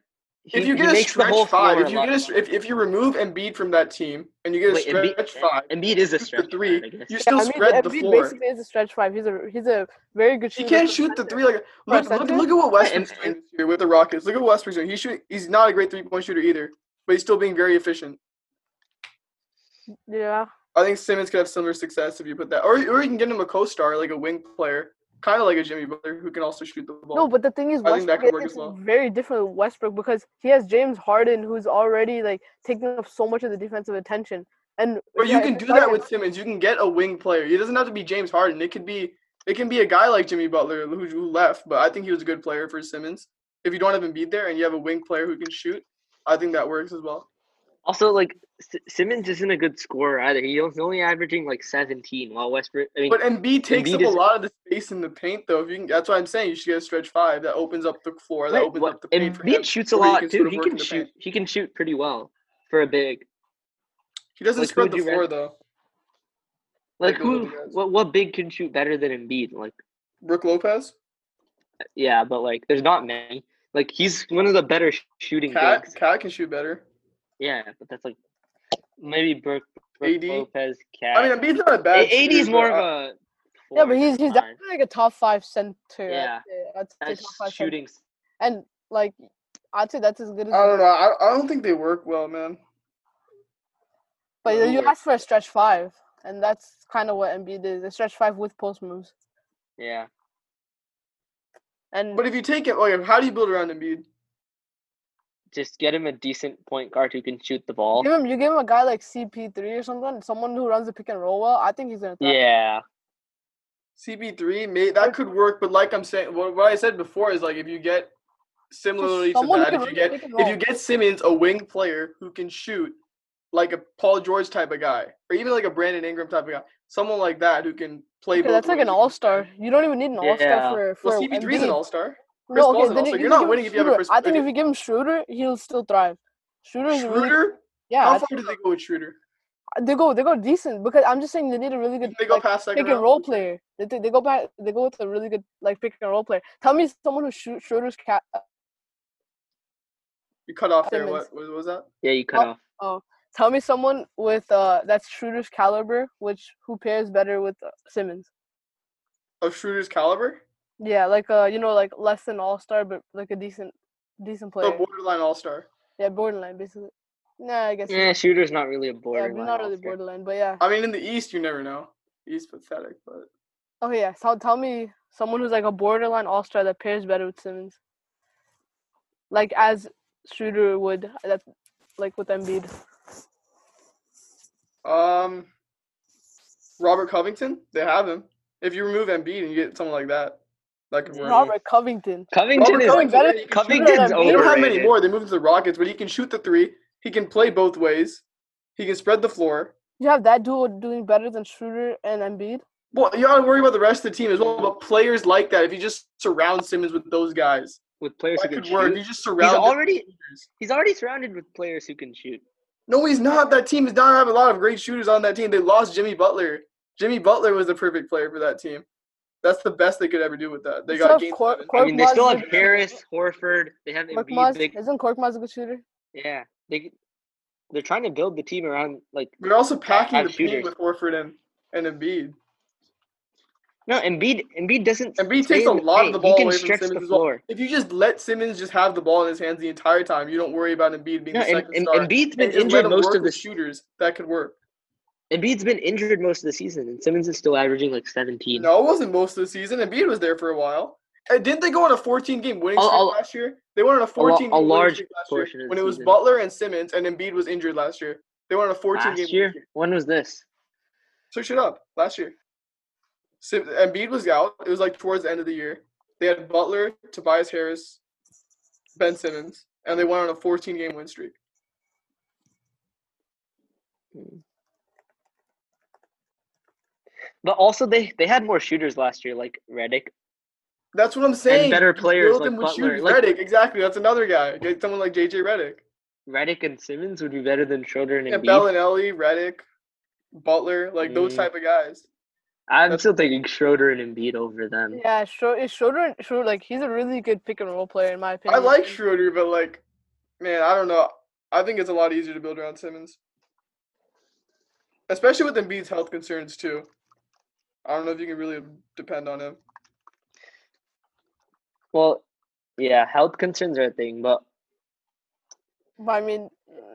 Speaker 2: he,
Speaker 3: If you
Speaker 2: he
Speaker 3: get a
Speaker 2: makes the
Speaker 3: stretch
Speaker 2: whole
Speaker 3: five,
Speaker 2: floor
Speaker 3: if
Speaker 2: a
Speaker 3: you
Speaker 2: lot-
Speaker 3: get a, str- if, if you remove Embiid from that team and you get a
Speaker 2: Wait,
Speaker 3: stretch
Speaker 2: Embiid-
Speaker 3: five,
Speaker 2: Embiid is a
Speaker 3: shoot the
Speaker 2: stretch
Speaker 3: three,
Speaker 2: five, I guess.
Speaker 3: you
Speaker 1: Yeah,
Speaker 3: still
Speaker 1: I mean,
Speaker 3: spread the
Speaker 1: Embiid
Speaker 3: floor.
Speaker 1: basically is a stretch five. He's a he's a very good
Speaker 3: He
Speaker 1: shooter.
Speaker 3: can't
Speaker 1: for
Speaker 3: shoot the
Speaker 1: center.
Speaker 3: three
Speaker 1: For
Speaker 3: like
Speaker 1: a
Speaker 3: look look
Speaker 1: center?
Speaker 3: look at what Westbrook's
Speaker 2: and-
Speaker 3: doing this year with the Rockets. Look at what Westbrook's doing. He shoot he's not a great three point shooter either, but he's still being very efficient.
Speaker 1: Yeah.
Speaker 3: I think Simmons could have similar success if you put that, or or you can get him a co star like a wing player, kind of like a Jimmy Butler who can also shoot the ball.
Speaker 1: No, but the thing is,
Speaker 3: I think that
Speaker 1: Westbrook
Speaker 3: could work
Speaker 1: is
Speaker 3: as well.
Speaker 1: very different with Westbrook because he has James Harden, who's already like taking up so much of the defensive attention. And
Speaker 3: But
Speaker 1: yeah,
Speaker 3: you
Speaker 1: if
Speaker 3: can
Speaker 1: you're
Speaker 3: do that
Speaker 1: starting-
Speaker 3: with Simmons. You can get a wing player. It doesn't have to be James Harden. It could be it can be a guy like Jimmy Butler who, who left, but I think he was a good player for Simmons. If you don't have him beat there and you have a wing player who can shoot, I think that works as well.
Speaker 2: also, like S- Simmons isn't a good scorer either. He's only averaging like seventeen, while Westbrook. I mean,
Speaker 3: But Embiid takes
Speaker 2: Embiid
Speaker 3: up a
Speaker 2: is-
Speaker 3: lot of the space in the paint, though. If you can, that's why I'm saying you should get a stretch five that opens up the floor, that
Speaker 2: Wait,
Speaker 3: opens
Speaker 2: what-
Speaker 3: up the paint for him.
Speaker 2: Embiid shoots a
Speaker 3: where he
Speaker 2: lot
Speaker 3: can
Speaker 2: too.
Speaker 3: sort of
Speaker 2: He
Speaker 3: work
Speaker 2: can
Speaker 3: in the
Speaker 2: shoot.
Speaker 3: paint.
Speaker 2: He can shoot pretty well for a big.
Speaker 3: He doesn't
Speaker 2: Like, who
Speaker 3: spread
Speaker 2: would
Speaker 3: the
Speaker 2: you
Speaker 3: floor though.
Speaker 2: Like
Speaker 3: Take a look
Speaker 2: who?
Speaker 3: at guys.
Speaker 2: What? What big can shoot better than Embiid? Like.
Speaker 3: Brooke Lopez,
Speaker 2: Yeah, but like, there's not many. Like, he's one of the better sh- shooting
Speaker 3: Cat,
Speaker 2: bigs.
Speaker 3: Cat can shoot better.
Speaker 2: Yeah, but that's like maybe Brooke, Brooke
Speaker 3: AD?
Speaker 2: Lopez, Cat.
Speaker 3: I mean, Embiid's not a bad.
Speaker 2: AD is
Speaker 3: shooter,
Speaker 2: more of
Speaker 3: but
Speaker 2: a.
Speaker 1: yeah,
Speaker 2: forward
Speaker 1: but he's he's
Speaker 2: than
Speaker 1: definitely like a top five center.
Speaker 2: Yeah.
Speaker 1: I'd say, I'd
Speaker 2: a-
Speaker 1: say
Speaker 2: a
Speaker 1: top five center.
Speaker 2: shooting. s-
Speaker 1: and like I'd say that's as good as.
Speaker 3: I, I don't know. I, I don't think they work well, man.
Speaker 1: But
Speaker 3: Doesn't
Speaker 1: you
Speaker 3: work.
Speaker 1: asked for a stretch five, and that's kind of what Embiid is a stretch five with post moves.
Speaker 2: Yeah.
Speaker 1: And
Speaker 3: But if you take it, like, how do you build around Embiid?
Speaker 2: Just get him a decent point guard who can shoot the ball.
Speaker 1: give him, you give him a guy like CP3 or something, someone who runs the pick and roll well. I think he's gonna. thrive.
Speaker 2: Yeah.
Speaker 3: CP3, may, that could work, but like I'm saying, what, what I said before is like if you get similarly to
Speaker 1: someone
Speaker 3: that,
Speaker 1: who
Speaker 3: if
Speaker 1: can
Speaker 3: you get
Speaker 1: pick and
Speaker 3: if you
Speaker 1: roll.
Speaker 3: get Simmons, a wing player who can shoot like a Paul George type of guy, or even like a Brandon Ingram type of guy, someone like that who can play.
Speaker 1: Okay,
Speaker 3: both
Speaker 1: that's like an
Speaker 3: ways.
Speaker 1: all star. You don't even need an all star
Speaker 2: Yeah.
Speaker 1: for for
Speaker 3: Well, CP3 is an
Speaker 1: Embiid.
Speaker 3: all star. Chris
Speaker 1: No,
Speaker 3: Paul's
Speaker 1: okay,
Speaker 3: an
Speaker 1: then
Speaker 3: all-star.
Speaker 1: you can
Speaker 3: You're not
Speaker 1: give him
Speaker 3: winning if you have a
Speaker 1: Schroeder.
Speaker 3: Chris-
Speaker 1: I think
Speaker 3: if
Speaker 1: if you give him Schroeder, he'll still thrive. Schroeder is a really
Speaker 3: Schroeder?
Speaker 1: yeah.
Speaker 3: How
Speaker 1: I
Speaker 3: far did they go with Schroeder?
Speaker 1: think They go they go decent because I'm just saying they need a really good
Speaker 3: Did they go
Speaker 1: like
Speaker 3: past second
Speaker 1: pick and
Speaker 3: round?
Speaker 1: roll player. They, they they go back they go with a really good like pick and roll player. Tell me someone who shoot Schroeder's cat
Speaker 3: You cut off there.
Speaker 1: Simmons.
Speaker 3: What, what was that?
Speaker 2: Yeah, you cut
Speaker 1: Oh.
Speaker 2: off.
Speaker 1: Tell me someone with uh that's Schroeder's caliber, which who pairs better with uh, Simmons.
Speaker 3: Of Oh, Schroeder's caliber?
Speaker 1: Yeah, like uh you know like less than all star, but like a decent decent
Speaker 3: So
Speaker 1: player.
Speaker 3: Oh, borderline all star.
Speaker 1: yeah, borderline basically. Nah, I guess.
Speaker 2: Yeah, Eh, shooter's not really a
Speaker 1: Yeah,
Speaker 2: borderline.
Speaker 1: but not really
Speaker 2: all-star.
Speaker 1: borderline, but yeah.
Speaker 3: I mean, in the East, you never know. East pathetic, but
Speaker 1: Okay, yeah. So tell me someone who's like a borderline all star that pairs better with Simmons. Like as Schroeder would that like with Embiid.
Speaker 3: Um, Robert Covington, they have him. If you remove Embiid and you get someone like that, that could work.
Speaker 1: Robert Covington.
Speaker 2: Covington
Speaker 3: Robert
Speaker 2: is.
Speaker 1: Covington. better-
Speaker 3: he can shoot it.
Speaker 2: Covington's
Speaker 1: Embiid.
Speaker 3: They don't have many
Speaker 2: overrated.
Speaker 3: more. They moved to the Rockets, but he can shoot the three. He can play both ways. He can spread the floor.
Speaker 1: You have that duo doing better than Schroeder and Embiid.
Speaker 3: Well, you gotta worry about the rest of the team as well. But players like that, if you just surround Simmons with those guys,
Speaker 2: With players who
Speaker 3: that
Speaker 2: can
Speaker 3: could work. You
Speaker 2: shoot.
Speaker 3: just
Speaker 2: He's
Speaker 3: surround. them-
Speaker 2: already. He's already surrounded with players who can shoot.
Speaker 3: No, he's not. That team does not have a lot of great shooters on that team. They lost Jimmy Butler. Jimmy Butler was the perfect player for that team. That's the best they could ever do with that. They
Speaker 1: Instead
Speaker 3: got
Speaker 1: of
Speaker 3: game
Speaker 1: Cor-
Speaker 3: seven.
Speaker 2: I mean, they
Speaker 1: Korkmaz is
Speaker 2: still
Speaker 1: a
Speaker 2: have
Speaker 1: good shooter.
Speaker 2: Harris, Horford. They have Embiid.
Speaker 1: Korkmaz
Speaker 2: They,
Speaker 1: isn't Korkmaz a good shooter?
Speaker 2: yeah, they they're trying to build the team around like
Speaker 3: They're also packing
Speaker 2: have
Speaker 3: the paint
Speaker 2: shooters.
Speaker 3: with Horford and, and Embiid.
Speaker 2: No, Embiid. Embiid doesn't.
Speaker 3: Embiid
Speaker 2: stay
Speaker 3: takes a
Speaker 2: in the
Speaker 3: lot of
Speaker 2: paint.
Speaker 3: the ball
Speaker 2: He can
Speaker 3: away from
Speaker 2: stretch
Speaker 3: Simmons
Speaker 2: the
Speaker 3: as well.
Speaker 2: floor.
Speaker 3: If you just let Simmons just have the ball in his hands the entire time, you don't worry about Embiid being
Speaker 2: No,
Speaker 3: the
Speaker 2: Em-
Speaker 3: second
Speaker 2: Em-
Speaker 3: star.
Speaker 2: Embiid's been
Speaker 3: And just let
Speaker 2: injured
Speaker 3: him
Speaker 2: most
Speaker 3: work
Speaker 2: of
Speaker 3: with
Speaker 2: the
Speaker 3: shooters. That could work.
Speaker 2: Embiid's been injured most of the season, and Simmons is still averaging like 17.
Speaker 3: No, it wasn't most of the season. Embiid was there for a while. And Uh, didn't they go on a 14 game winning
Speaker 2: I'll-
Speaker 3: streak
Speaker 2: I'll-
Speaker 3: last year? They went on a 14 game
Speaker 2: a
Speaker 3: winning
Speaker 2: large
Speaker 3: streak last
Speaker 2: portion
Speaker 3: year
Speaker 2: of
Speaker 3: when
Speaker 2: the
Speaker 3: it was
Speaker 2: season.
Speaker 3: Butler and Simmons and Embiid was injured last year. They went on a 14 game
Speaker 2: Last
Speaker 3: winning
Speaker 2: year?
Speaker 3: streak.
Speaker 2: When was this?
Speaker 3: Search it up. Last year, Sim- Embiid was out. It was like towards the end of the year. They had Butler, Tobias Harris, Ben Simmons, and they went on a 14 game win streak.
Speaker 2: But also they they had more shooters last year, like Redick.
Speaker 3: That's what I'm saying.
Speaker 2: better
Speaker 3: You
Speaker 2: players
Speaker 3: build
Speaker 2: like
Speaker 3: them with
Speaker 2: Butler,
Speaker 3: shooters.
Speaker 2: like-
Speaker 3: Redick, exactly. That's another guy. Get someone like JJ Redick.
Speaker 2: Redick and Simmons would be better than Schroeder and
Speaker 3: Yeah,
Speaker 2: Embiid.
Speaker 3: Bellinelli, Redick, Butler, like those
Speaker 2: Mm.
Speaker 3: type of guys.
Speaker 2: I'm still taking Schroeder and Embiid over them.
Speaker 1: Yeah, Schro- is Schroeder, Schroeder, like he's a really good pick and roll player in my
Speaker 3: I
Speaker 1: opinion.
Speaker 3: like Schroeder, but like, man, I don't know. I think it's a lot easier to build around Simmons, especially with Embiid's health concerns too. I don't know if you can really depend on him.
Speaker 2: Well, yeah, health concerns are a thing, but
Speaker 1: But I mean,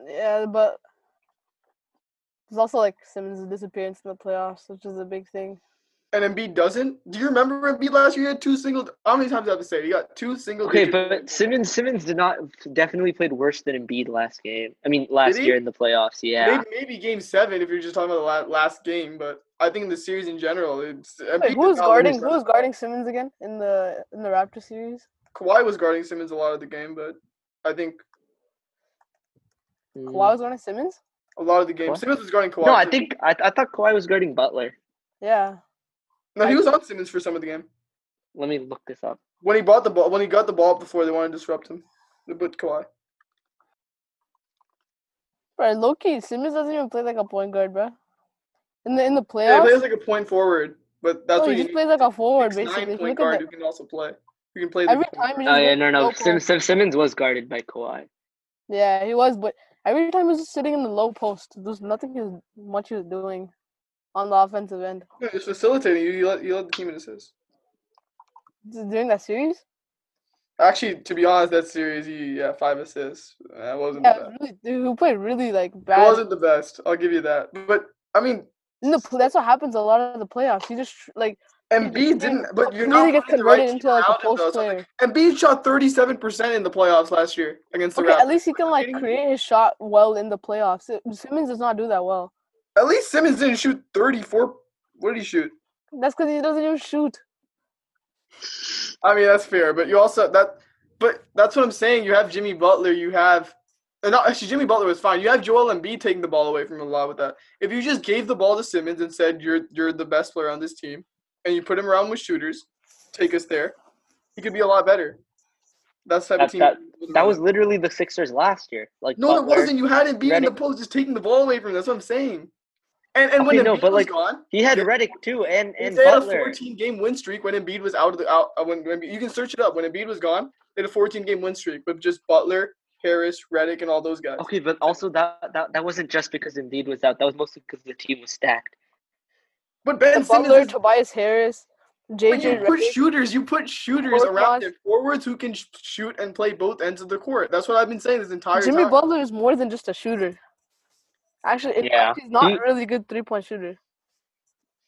Speaker 1: yeah, but there's also like Simmons' disappearance in the playoffs, which is a big thing.
Speaker 3: And Embiid doesn't. Do you remember Embiid last year? He had two single. How many times did I have to say? it? He got two single.
Speaker 2: okay,
Speaker 3: digit-
Speaker 2: but Simmons Simmons did not definitely played worse than Embiid last game. I mean, last
Speaker 3: he?
Speaker 2: year in the playoffs. Yeah,
Speaker 3: maybe, maybe game seven if you're just talking about the la- last game. But I think in the series in general, it's Embiid
Speaker 1: Wait,
Speaker 3: did
Speaker 1: who was
Speaker 3: not look
Speaker 1: guarding?
Speaker 3: his
Speaker 1: Who was guarding Simmons again in the in the Raptor series?
Speaker 3: Kawhi was guarding Simmons a lot of the game, but I think Mm-hmm.
Speaker 2: Mm.
Speaker 1: Kawhi was guarding Simmons.
Speaker 3: a lot of the game
Speaker 2: Kawhi?
Speaker 3: Simmons was guarding Kawhi.
Speaker 2: No, I
Speaker 3: too.
Speaker 2: think I, I thought Kawhi was guarding Butler.
Speaker 1: Yeah,
Speaker 3: no, he
Speaker 2: I-
Speaker 3: was on Simmons for some of the game.
Speaker 2: Let me look this up.
Speaker 3: When he bought the ball, when he got the ball before they wanted to disrupt him, they put Kawhi.
Speaker 1: right. Loki Simmons doesn't even play like a point guard, bro. In the in the
Speaker 3: Yeah, he
Speaker 1: playoffs,
Speaker 3: plays like a point forward, but that's
Speaker 1: no,
Speaker 3: what
Speaker 1: he
Speaker 3: you
Speaker 1: just
Speaker 3: need.
Speaker 1: plays like a forward
Speaker 3: Six,
Speaker 1: basically.
Speaker 3: nine
Speaker 1: If you look
Speaker 3: point
Speaker 1: at
Speaker 3: guard
Speaker 1: the,
Speaker 3: who can also play. Who can play the
Speaker 1: every
Speaker 3: point
Speaker 1: time, he
Speaker 2: Oh
Speaker 1: just
Speaker 2: yeah,
Speaker 1: goes
Speaker 2: no, no.
Speaker 1: low
Speaker 2: Sim,
Speaker 1: post.
Speaker 2: Sim, Simmons was guarded by Kawhi.
Speaker 1: Yeah, he was, but every time he was just sitting in the low post. There's nothing he was, much he was doing on the offensive end
Speaker 3: No, just facilitating. You, you let you let the team in assists.
Speaker 1: D- during that series.
Speaker 3: Actually, to be honest, that series, he yeah five assists. That wasn't
Speaker 1: Yeah,
Speaker 3: the
Speaker 1: it
Speaker 3: best.
Speaker 1: was really, dude, who played really like
Speaker 3: It
Speaker 1: bad.
Speaker 3: wasn't the best. I'll give you that. But I mean,
Speaker 1: In the pl- that's what happens a lot of the playoffs. You just tr- like
Speaker 3: Embiid
Speaker 1: Yeah,
Speaker 3: didn't. But you're not
Speaker 1: really gets
Speaker 3: putting the right
Speaker 1: converted
Speaker 3: team
Speaker 1: into like a
Speaker 3: around him, though,
Speaker 1: post
Speaker 3: so, like,
Speaker 1: player.
Speaker 3: Embiid shot 37% in the playoffs last year against the
Speaker 1: Okay, at
Speaker 3: Raptors.
Speaker 1: least he can like
Speaker 3: kidding me?
Speaker 1: create his shot well in the playoffs. It- Simmons does not do that well.
Speaker 3: At least Simmons didn't shoot 34. What did he shoot?
Speaker 1: That's because he doesn't even shoot.
Speaker 3: I mean that's fair, but you also that, but that's what I'm saying. You have Jimmy Butler, you have, and not, actually Jimmy Butler was fine. You have Joel Embiid taking the ball away from him a lot with that. If you just gave the ball to Simmons and said you're you're the best player on this team, and you put him around with shooters, take us there, he could be a lot better. That's the type
Speaker 2: That
Speaker 3: of team.
Speaker 2: that
Speaker 3: you build
Speaker 2: that
Speaker 3: around.
Speaker 2: was literally the Sixers last year. Like
Speaker 3: no,
Speaker 2: Butler.
Speaker 3: it wasn't. You had Embiid in the
Speaker 2: Redick-
Speaker 3: post, just taking the ball away from him. That's what I'm saying. And and when
Speaker 2: Okay,
Speaker 3: Embiid
Speaker 2: no, but,
Speaker 3: was
Speaker 2: like,
Speaker 3: gone,
Speaker 2: He had
Speaker 3: They-
Speaker 2: Reddick too, and
Speaker 3: They
Speaker 2: and
Speaker 3: had a
Speaker 2: Butler.
Speaker 3: 14 game win streak when Embiid was out of the out. uh, When, when you can search it up, when Embiid was gone, they had a 14 game win streak with just Butler, Harris, Reddick, and all those guys.
Speaker 2: Okay, but also that, that that wasn't just because Embiid was out. That was mostly because the team was stacked.
Speaker 3: But Ben Simmons,
Speaker 1: Butler,
Speaker 3: is,
Speaker 1: Tobias Harris,
Speaker 3: but you
Speaker 1: JJ
Speaker 3: put
Speaker 1: Redick.
Speaker 3: shooters, you put shooters
Speaker 1: Both
Speaker 3: around
Speaker 1: guys.
Speaker 3: their forwards who can sh- shoot and play both ends of the court. That's what I've been saying this entire
Speaker 1: Jimmy
Speaker 3: time.
Speaker 1: Butler is more than just a shooter. Actually, it,
Speaker 2: Yeah.
Speaker 1: he's not
Speaker 2: He-
Speaker 1: a really good three point shooter.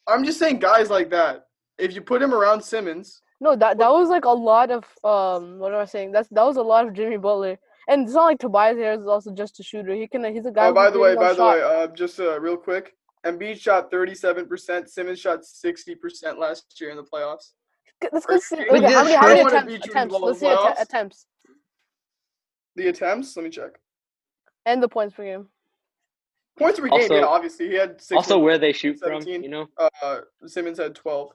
Speaker 3: I'm just saying guys like that. If you put him around Simmons,
Speaker 1: No, that that was like a lot of um. What am I saying? That's that was a lot of Jimmy Butler, and it's not like Tobias Harris is also just a shooter. He can he's a guy.
Speaker 3: Oh,
Speaker 1: who
Speaker 3: by
Speaker 1: can
Speaker 3: the
Speaker 1: create
Speaker 3: way,
Speaker 1: his own
Speaker 3: by the
Speaker 1: shot.
Speaker 3: way, uh, just uh, real quick, Embiid shot 37%. Simmons shot 60% last year in the playoffs.
Speaker 1: K- Let's
Speaker 3: Are
Speaker 1: go
Speaker 3: you
Speaker 1: see.
Speaker 3: kidding
Speaker 1: Okay,
Speaker 2: me?
Speaker 1: how
Speaker 2: This
Speaker 1: many, how many
Speaker 2: shit-
Speaker 3: Wanna
Speaker 1: attempts?
Speaker 3: beat you in
Speaker 1: Attempts.
Speaker 3: the
Speaker 1: Let's see atta-
Speaker 3: playoffs?
Speaker 1: attempts
Speaker 3: The attempts, let me check.
Speaker 1: and the points per game.
Speaker 3: Points per game,
Speaker 2: Also-
Speaker 3: yeah, obviously. He had six.
Speaker 2: also, where they shoot from,
Speaker 3: 17.
Speaker 2: you know.
Speaker 3: uh, Simmons had 12.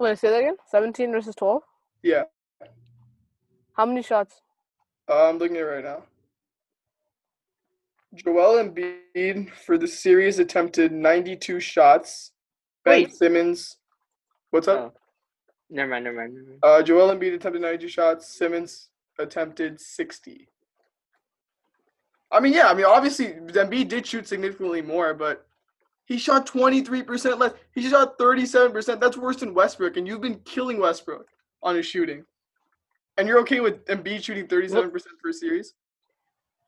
Speaker 1: Wait, say that again. Seventeen versus twelve.
Speaker 3: Yeah,
Speaker 1: How many shots?
Speaker 3: uh, I'm looking at it right now. Joel Embiid for the series attempted 92 shots. Ben
Speaker 2: Wait. Oh.
Speaker 3: Simmons. What's up?
Speaker 2: Never mind, never mind. Never mind.
Speaker 3: Uh, Joel Embiid attempted 92 shots. Simmons attempted 60. I mean, yeah, I mean, obviously, Embiid did shoot significantly more, but He shot 23% less. He shot 37%. That's worse than Westbrook, and you've been killing Westbrook on his shooting. And you're okay with Embiid shooting 37% per series?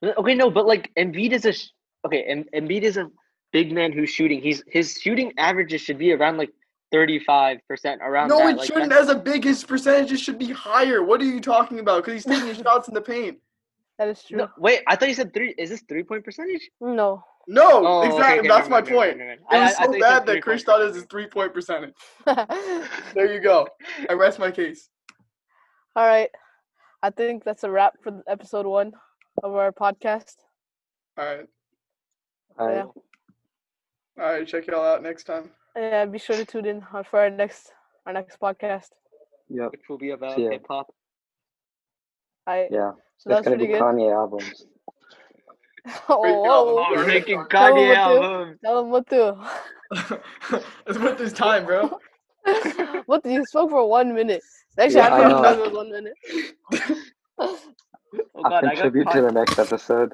Speaker 2: Okay, no, but like Embiid is a sh- okay. Em- Embiid is a big man who's shooting. He's his shooting averages should be around like thirty five percent around.
Speaker 3: No,
Speaker 2: that.
Speaker 3: it
Speaker 2: like,
Speaker 3: shouldn't.
Speaker 2: that's-
Speaker 3: As a big, his percentages should be higher. What are you talking about? Because he's taking his shots in the paint.
Speaker 1: That is true.
Speaker 2: No, wait, I thought you said three. Is this three point percentage?
Speaker 1: No. *laughs*
Speaker 3: No,
Speaker 2: *laughs* Oh, okay,
Speaker 3: exactly.
Speaker 2: okay,
Speaker 3: That's
Speaker 2: never
Speaker 3: my
Speaker 2: mind, never mind,
Speaker 3: point.
Speaker 2: never mind.
Speaker 3: It
Speaker 2: I- I-
Speaker 3: was
Speaker 2: I
Speaker 3: so
Speaker 2: thought you said
Speaker 3: bad that Chris shot is his
Speaker 2: 3.3%.
Speaker 3: three point percentage.
Speaker 1: All
Speaker 3: There you go. I rest my case.
Speaker 1: right. I think that's a wrap for episode one of our podcast.
Speaker 3: All right.
Speaker 4: All right.
Speaker 1: Yeah.
Speaker 3: All right. Check y'all out next *laughs* time.
Speaker 1: Yeah, be sure to tune in on- for our next our next podcast.
Speaker 4: Yep.
Speaker 2: Which will be about
Speaker 4: Yeah.
Speaker 2: hip hop.
Speaker 1: I
Speaker 4: Yeah.
Speaker 1: so
Speaker 4: It's
Speaker 1: that's
Speaker 4: gonna be
Speaker 1: pretty good.
Speaker 4: Kanye albums.
Speaker 1: *laughs* oh,
Speaker 3: album.
Speaker 1: whoa.
Speaker 3: Oh,
Speaker 2: making
Speaker 1: Tell him
Speaker 2: Kanye oh,
Speaker 1: what to-
Speaker 2: album.
Speaker 1: Tell him what to.
Speaker 3: Let's put this time, bro.
Speaker 1: *laughs* what you spoke for one minute? Actually,
Speaker 4: Yeah,
Speaker 1: I
Speaker 4: I
Speaker 1: don't
Speaker 4: know.
Speaker 1: know. It was one minute.
Speaker 2: Oh
Speaker 4: I'll
Speaker 2: god, I got
Speaker 4: contribute
Speaker 2: caught.
Speaker 4: to the next episode.